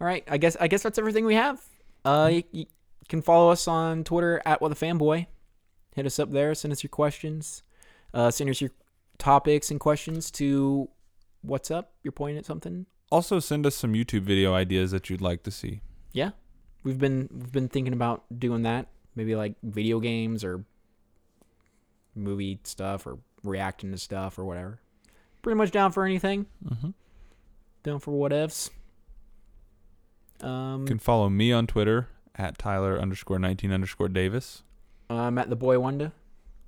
Speaker 1: All right, I guess I guess that's everything we have. Uh, you, you can follow us on Twitter at what the fanboy. Hit us up there. Send us your questions. Uh, send us your topics and questions to what's up. You're pointing at something.
Speaker 3: Also, send us some YouTube video ideas that you'd like to see.
Speaker 1: We've been we've been thinking about doing that. Maybe like video games or movie stuff or reacting to stuff or whatever. Pretty much down for anything.
Speaker 3: Mm-hmm. You
Speaker 1: Down for what ifs. Um,
Speaker 3: can follow me on Twitter at Tyler underscore 19 underscore Davis.
Speaker 1: I'm at Uh, the boy wonder.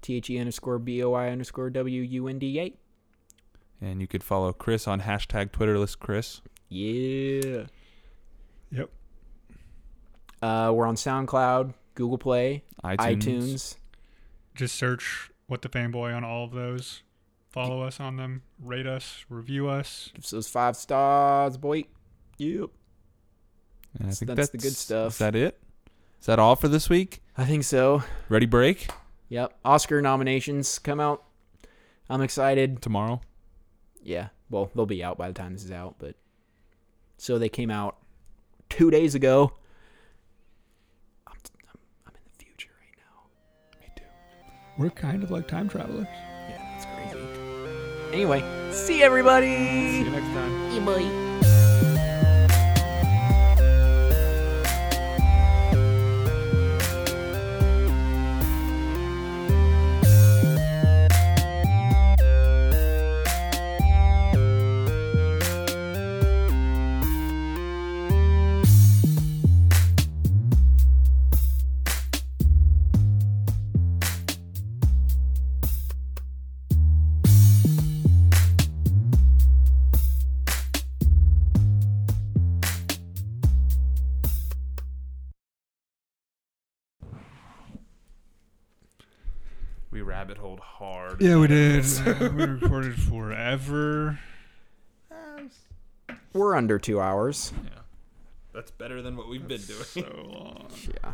Speaker 1: T H E underscore B O I underscore W U N D A.
Speaker 3: And you could follow Chris on hashtag Twitterless Chris.
Speaker 1: Yeah.
Speaker 2: Yep.
Speaker 1: Uh, we're on SoundCloud, Google Play,
Speaker 3: iTunes.
Speaker 1: iTunes.
Speaker 2: Just search What the Fanboy on all of those. Follow us on them. Rate us. Review us.
Speaker 1: Gives those five stars, boy. Yep.
Speaker 3: And I think
Speaker 1: That's the good stuff.
Speaker 3: Is that it? Is that all for this week?
Speaker 1: I think so.
Speaker 3: Ready break
Speaker 1: Yep. Oscar nominations come out. I'm excited.
Speaker 3: tomorrow.
Speaker 1: Yeah. Well, they'll be out by the time this is out, but so they came out two days ago. I'm, I'm, I'm in the future right now.
Speaker 3: Me too.
Speaker 2: We're kind of like time travelers.
Speaker 1: Yeah, that's crazy. Anyway, see everybody.
Speaker 3: See you next time. We rabbit holed hard.
Speaker 2: Yeah, we did. we recorded forever.
Speaker 1: We're under two hours.
Speaker 3: That's better than what we've been doing.
Speaker 2: So long.
Speaker 1: Yeah.